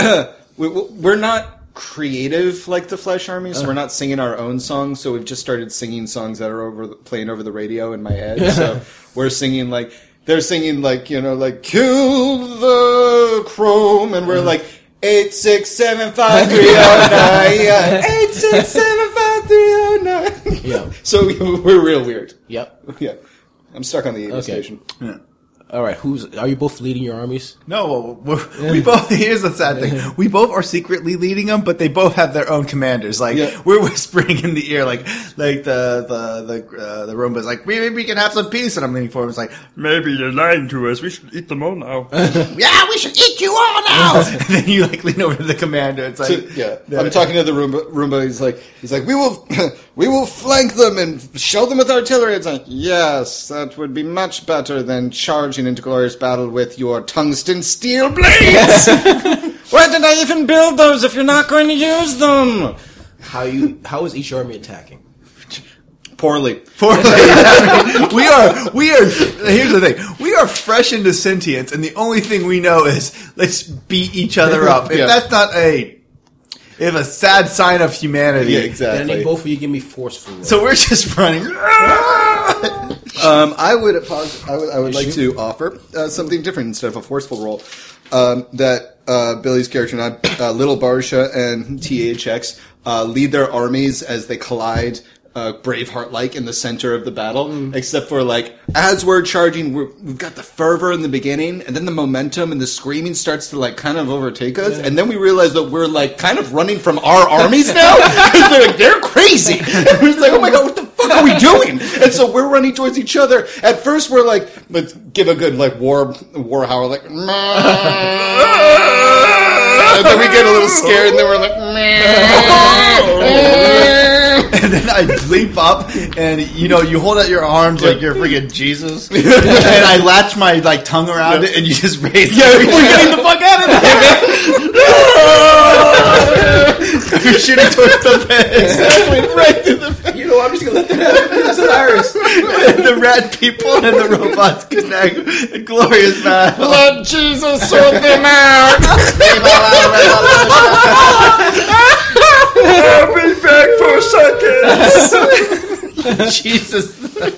[SPEAKER 7] we, we're not creative like the Flesh Army,
[SPEAKER 4] Uh.
[SPEAKER 7] so we're not singing our own songs. So we've just started singing songs that are over the, playing over the radio in my head. so we're singing like they're singing like you know like kill the chrome, and
[SPEAKER 4] Uh-huh.
[SPEAKER 7] we're like eight six seven five three zero nine eight six seven five three zero nine.
[SPEAKER 4] Yeah.
[SPEAKER 7] So we're real weird.
[SPEAKER 4] Yep.
[SPEAKER 7] Yeah, I'm stuck on the aid
[SPEAKER 4] Okay.
[SPEAKER 7] station.
[SPEAKER 4] All right. Who's? Are you both leading your armies?
[SPEAKER 6] No, we're, we both. Here's the sad thing: we both are secretly leading them, but they both have their own commanders. Like
[SPEAKER 7] Yeah.
[SPEAKER 6] we're whispering in the ear, like like the the the uh, the Roomba's like maybe we can have some peace, and I'm leaning forward. It's like
[SPEAKER 9] Maybe they're lying to us. We should eat them all now.
[SPEAKER 6] yeah, we should eat you all now. and then you like lean over to the commander. It's
[SPEAKER 7] to-
[SPEAKER 6] like
[SPEAKER 7] yeah, I'm talking to the Roomba. Roomba, he's like, he's like, we will, we will flank them and show them with artillery. It's like, yes, that would be much better than charging into glorious battle with your tungsten steel blades. Why did I even build those if you're not going to use them?
[SPEAKER 4] How you? How is each army attacking?
[SPEAKER 7] Poorly.
[SPEAKER 6] we are we are here's the thing we are fresh into sentience and the only thing we know is let's beat each other up if
[SPEAKER 7] Yeah.
[SPEAKER 6] that's not a if a sad sign of humanity
[SPEAKER 7] Yeah,
[SPEAKER 4] Then I need
[SPEAKER 7] exactly.
[SPEAKER 4] both of you give me forceful. rolls.
[SPEAKER 6] so we're just running
[SPEAKER 7] Um, I would, apos- I would, I would like
[SPEAKER 4] Issue?
[SPEAKER 7] to offer uh, something different instead of a forceful role. Um, that uh, Billy's character and I, uh, Little Barsha and THX, uh, lead their armies as they collide. Uh, Braveheart-like in the center of the battle, except for like as we're charging, we're, we've got the fervor in the beginning, and then the momentum and the screaming starts to like kind of overtake us, and then we realize that we're like kind of running from our armies now. 'Cause they're like they're crazy. we're just like, oh my god, what the fuck are we doing? And so we're running towards each other. At first, we're like, let's give a good like war war howl, like, "Meh." and then we get a little scared, and then we're like, "Meh."
[SPEAKER 6] and then I leap up and you know you hold out your arms like you're freaking Jesus and I latch my like tongue around it and you just raise yeah we're getting the fuck out of there you're shooting towards the fence
[SPEAKER 4] you know, I'm just gonna let that happen. That's hilarious.
[SPEAKER 6] the red people and the robots connect. A glorious battle.
[SPEAKER 7] Lord Jesus, sort them out.
[SPEAKER 9] I'll be back for a second.
[SPEAKER 6] Jesus.
[SPEAKER 4] And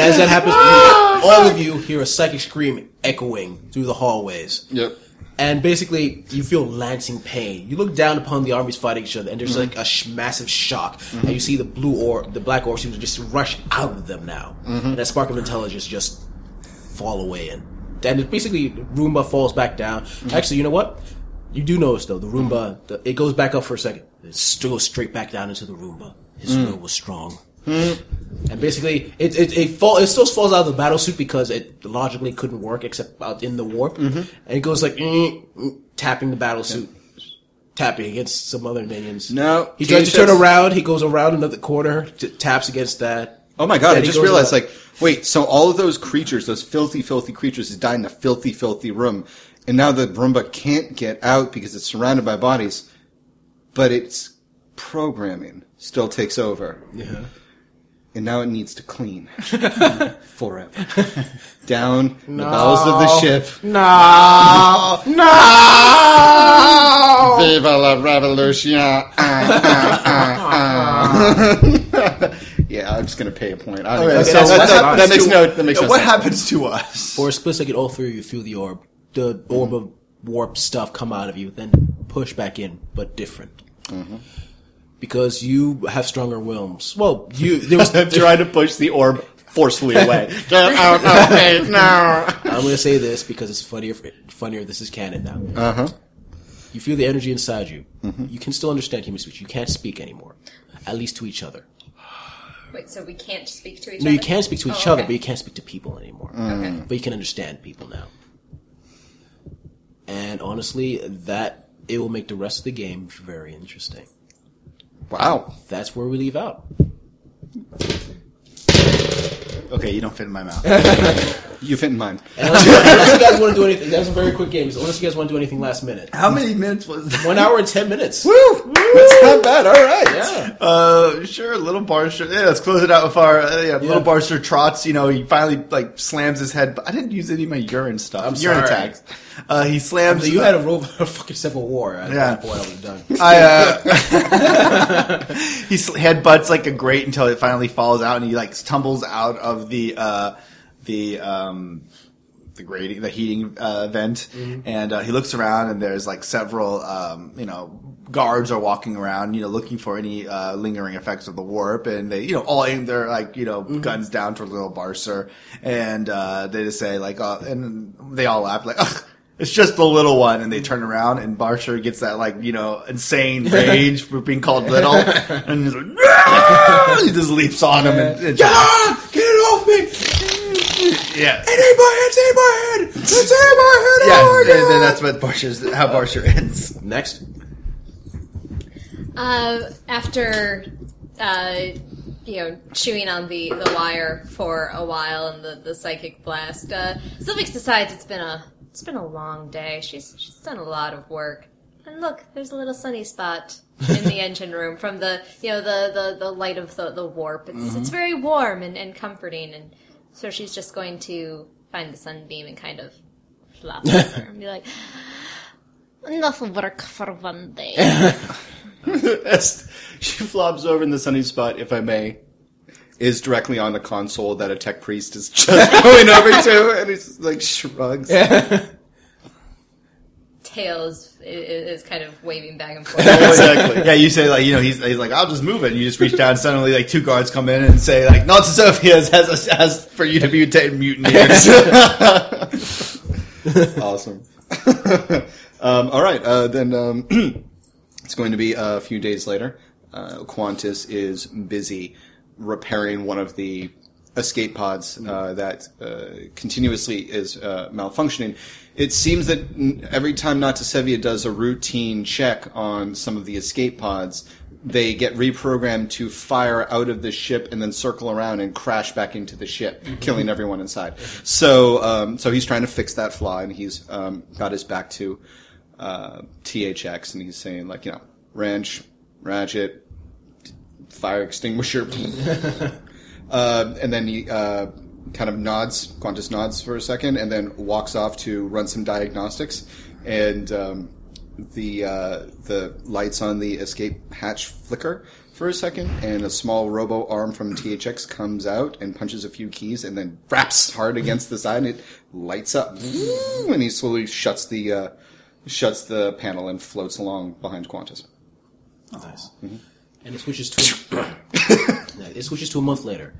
[SPEAKER 4] as that happens, you- all of you hear a psychic scream echoing through the hallways.
[SPEAKER 7] Yep.
[SPEAKER 4] And basically, you feel lancing pain. You look down upon the armies fighting each other, and there's like a sh- massive shock. And you see the blue or the black orb seems to just rush out of them now, and that spark of intelligence just fall away. And then it basically, Roomba falls back down. Actually, you know what? You do notice though, the Roomba the, it goes back up for a second. It s- goes straight back down into the Roomba. His will was strong. And basically, it it it, fall, it still falls out of the battlesuit because it logically couldn't work except out in the warp. And it goes like mm, mm, tapping the battlesuit, tapping against some other minions.
[SPEAKER 7] No,
[SPEAKER 4] he tries to turn
[SPEAKER 7] T-shirts.
[SPEAKER 4] around. He goes around another corner, t- taps against that.
[SPEAKER 7] Oh my god!
[SPEAKER 4] Then
[SPEAKER 7] I
[SPEAKER 4] he
[SPEAKER 7] just
[SPEAKER 4] goes
[SPEAKER 7] realized,
[SPEAKER 4] up.
[SPEAKER 7] like, wait, so all of those creatures, those filthy, filthy creatures, died in a filthy, filthy room, and now the Roomba can't get out because it's surrounded by bodies, but it's programming still takes over.
[SPEAKER 4] Yeah.
[SPEAKER 7] And now it needs to clean forever. Down in the bowels of the ship.
[SPEAKER 4] No. no.
[SPEAKER 7] Viva la revolution! Ah, ah, ah, ah. yeah, I'm just gonna pay a point. I don't know.
[SPEAKER 6] so
[SPEAKER 7] That's-
[SPEAKER 6] what
[SPEAKER 7] that's-
[SPEAKER 6] happens
[SPEAKER 7] that makes
[SPEAKER 6] to-
[SPEAKER 7] no that makes no
[SPEAKER 6] what
[SPEAKER 7] sense.
[SPEAKER 6] happens to us?
[SPEAKER 4] For a split second, all three of you feel the orb, the orb of warp stuff come out of you, then push back in, but different. Because you have stronger wills. Well, you there was.
[SPEAKER 7] I'm trying to push the orb forcefully away. Get out of me now!
[SPEAKER 4] I'm going to say this because it's funnier. Funnier. This is canon now. Uh huh. You feel the energy inside you. You can still understand human speech. You can't speak anymore, at least to each other.
[SPEAKER 8] Wait, so we can't speak to each
[SPEAKER 4] No,
[SPEAKER 8] other?
[SPEAKER 4] you can speak to
[SPEAKER 8] Oh,
[SPEAKER 4] each other,
[SPEAKER 8] okay.
[SPEAKER 4] but you can't speak to people anymore. But you can understand people now. And honestly, that it will make the rest of the game very interesting.
[SPEAKER 7] Wow.
[SPEAKER 4] That's where we leave out.
[SPEAKER 6] Okay, you don't fit in my mouth.
[SPEAKER 7] You fit in mine.
[SPEAKER 4] And unless, unless you guys want to do anything, that was a very quick game. So unless you guys want to do anything last minute,
[SPEAKER 6] How many minutes was that?
[SPEAKER 4] one hour and ten minutes.
[SPEAKER 6] Woo! That's not bad. All right.
[SPEAKER 4] Yeah.
[SPEAKER 6] Uh, sure. Little Barster. Yeah, let's close it out with our uh, yeah,
[SPEAKER 4] Yeah.
[SPEAKER 6] Little Barster trots. You know, he finally like slams his head. But I didn't use any of my urine stuff.
[SPEAKER 4] I'm sorry.
[SPEAKER 6] urine attacks. Uh, he slams.
[SPEAKER 4] So you had a role for a fucking civil war. At
[SPEAKER 6] Yeah.
[SPEAKER 4] that point, I would have done.
[SPEAKER 6] I, uh, he sl- headbutts like a grate until it finally falls out, and he like tumbles out of the uh, the um, the grating, the heating uh, vent, and uh, he looks around, and there's like several um, you know guards are walking around, you know, looking for any uh, lingering effects of the warp, and they you know all aim their like you know guns down towards little Barcer, and uh, they just say like, uh, and they all laugh like. Ugh. It's just the little one, and they turn around, and Barcher gets that like you know insane rage for being called little, and he's like, "No!" he just leaps on him and, and
[SPEAKER 4] Ah! Get off me!
[SPEAKER 6] yeah,
[SPEAKER 4] Save my head! Save my head! Save my head!
[SPEAKER 6] yeah, and then that's what Barsha's how Barsha ends.
[SPEAKER 4] Next.
[SPEAKER 8] Uh, after, uh, you know, chewing on the, the wire for a while and the, the psychic blast, uh, Sylvix decides it's been a it's been a long day. She's she's done a lot of work. And look, there's a little sunny spot in the engine room from the you know the the, the light of the, the warp. It's it's very warm and, and comforting, and so she's just going to find the sunbeam and kind of flop over and be like,
[SPEAKER 5] Enough work for one day.
[SPEAKER 7] That's- she flops over in the sunny spot, if I may, is directly on the console that a tech priest is just going over to, and he's like shrugs.
[SPEAKER 8] tails is, is kind of waving back and forth.
[SPEAKER 7] Oh,
[SPEAKER 6] Exactly. yeah, you say like you know he's he's like I'll just move it. And you just reach down. Suddenly, like two guards come in and say like not Sophia's has has for you to mutate mutineers.
[SPEAKER 7] awesome. um, all right, uh, then um, it's going to be a few days later. Uh, Qantas is busy repairing one of the escape pods uh, that uh, continuously is uh, malfunctioning. It seems that n- every time Natasevia does a routine check on some of the escape pods, they get reprogrammed to fire out of the ship and then circle around and crash back into the ship, killing everyone inside. So, um, so he's trying to fix that flaw, and he's um, got his back to uh, THX, and he's saying like, you know, wrench, ratchet, fire extinguisher, uh, and then he uh, kind of nods. Qantas nods for a second, and then walks off to run some diagnostics, and um, the uh, the lights on the escape hatch flicker. For a second, and a small robo arm from THX comes out and punches a few keys, and then raps hard against the side, and it lights up. And he slowly shuts the uh, shuts the panel and floats along behind Qantas.
[SPEAKER 4] Nice. Mm-hmm. And it switches to Yeah, it switches to a month later,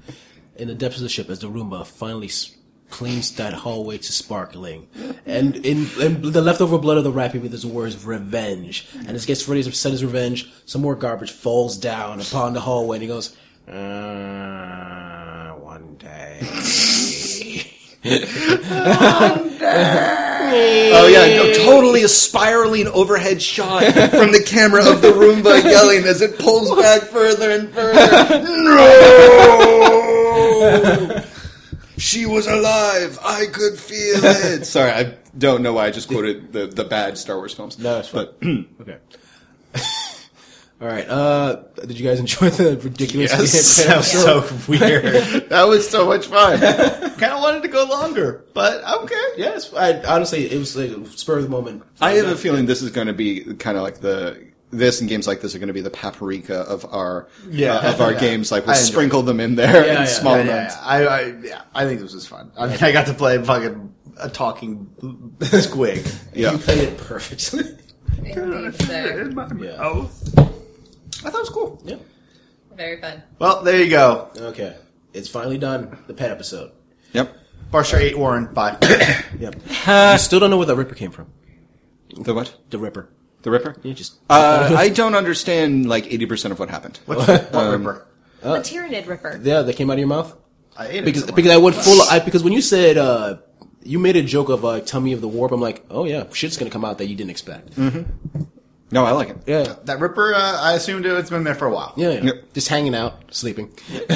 [SPEAKER 4] in the depths of the ship, as the Roomba finally s- cleans that hallway to sparkling, and in, in the leftover blood of the Rappy, there's the words of revenge, and as gets ready to set his revenge, some more garbage falls down upon the hallway, and he goes, uh, "One day."
[SPEAKER 7] Oh yeah, no, totally a spiraling overhead shot from the camera of the Roomba yelling as it pulls back further and further. No, she was alive. I could feel it. Sorry, I don't know why I just quoted the the bad Star Wars films.
[SPEAKER 4] No, that's fine.
[SPEAKER 7] but
[SPEAKER 4] okay. All right. Uh, did you guys enjoy the ridiculous
[SPEAKER 6] Yes, that was so weird.
[SPEAKER 1] That was so much fun.
[SPEAKER 6] kind of wanted to go longer, but okay.
[SPEAKER 4] Yes, I honestly it was like spur of the moment.
[SPEAKER 1] I have a feeling this is going to be kind of like the this and games like this are going to be the paprika of our
[SPEAKER 6] Yeah.
[SPEAKER 1] uh, of our games. Like we'll
[SPEAKER 6] I enjoy
[SPEAKER 1] sprinkle them in there
[SPEAKER 4] Yeah,
[SPEAKER 1] in
[SPEAKER 4] yeah.
[SPEAKER 1] small
[SPEAKER 6] Yeah, yeah,
[SPEAKER 1] amounts.
[SPEAKER 6] yeah. I, I, yeah, I think this was fun. I mean, I got to play fucking a talking squig.
[SPEAKER 1] Yeah.
[SPEAKER 4] You played it perfectly.
[SPEAKER 8] Very
[SPEAKER 9] In my
[SPEAKER 4] Yeah.
[SPEAKER 9] mouth.
[SPEAKER 6] I thought it was cool.
[SPEAKER 4] yeah.
[SPEAKER 8] fun.
[SPEAKER 6] Well, there you go.
[SPEAKER 4] Okay. It's finally done. The pet episode.
[SPEAKER 1] Yep.
[SPEAKER 6] Barsha ate Warren. Bye.
[SPEAKER 4] Yep. you still don't know where the Ripper came from.
[SPEAKER 1] The what?
[SPEAKER 4] The Ripper.
[SPEAKER 1] The Ripper?
[SPEAKER 4] You just
[SPEAKER 1] Uh, I don't understand like eighty percent of what happened.
[SPEAKER 6] What's what ripper?
[SPEAKER 8] the Tyranid Ripper.
[SPEAKER 4] yeah, that came out of your mouth.
[SPEAKER 6] I ate it
[SPEAKER 4] Because
[SPEAKER 6] somewhere.
[SPEAKER 4] because I went full. I, because when you said uh, you made a joke of uh, tummy of the warp, I'm like, oh yeah, shit's gonna come out that you didn't expect.
[SPEAKER 1] Mm. No, I like it.
[SPEAKER 4] Yeah.
[SPEAKER 6] that ripper, uh, I assumed it, it's been there for a while.
[SPEAKER 4] Yeah, yeah.
[SPEAKER 1] Yep.
[SPEAKER 4] Just hanging out, sleeping.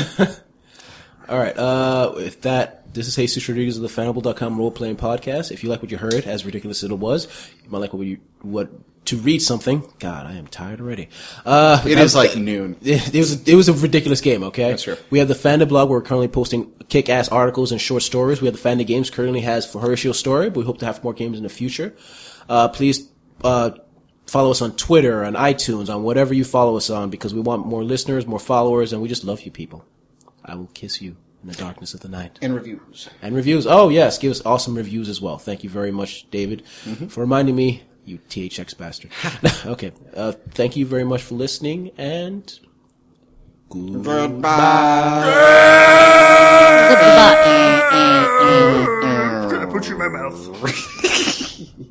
[SPEAKER 4] All right. Uh, with that, this is Jesus Rodriguez of the Fanable.com role playing podcast. If you like what you heard, as ridiculous as it was, you might like what you what to read something. God, I am tired already. Uh,
[SPEAKER 1] It is like noon.
[SPEAKER 4] it, it was it was a ridiculous game. Okay,
[SPEAKER 1] That's true.
[SPEAKER 4] We have the Fanda blog. Where we're currently posting kick-ass articles and short stories. We have the Fanda games. Currently has for Horatio story, but we hope to have more games in the future. Uh, please uh, follow us on Twitter, on iTunes, on whatever you follow us on, because we want more listeners, more followers, and we just love you people. I will kiss you in the darkness of the night.
[SPEAKER 1] And reviews.
[SPEAKER 4] And reviews. Oh yes, give us awesome reviews as well. Thank you very much, David,
[SPEAKER 1] Mm-hmm.
[SPEAKER 4] for reminding me. You THX bastard. okay. Uh, thank you very much for listening and
[SPEAKER 9] I'm gonna put you in my mouth.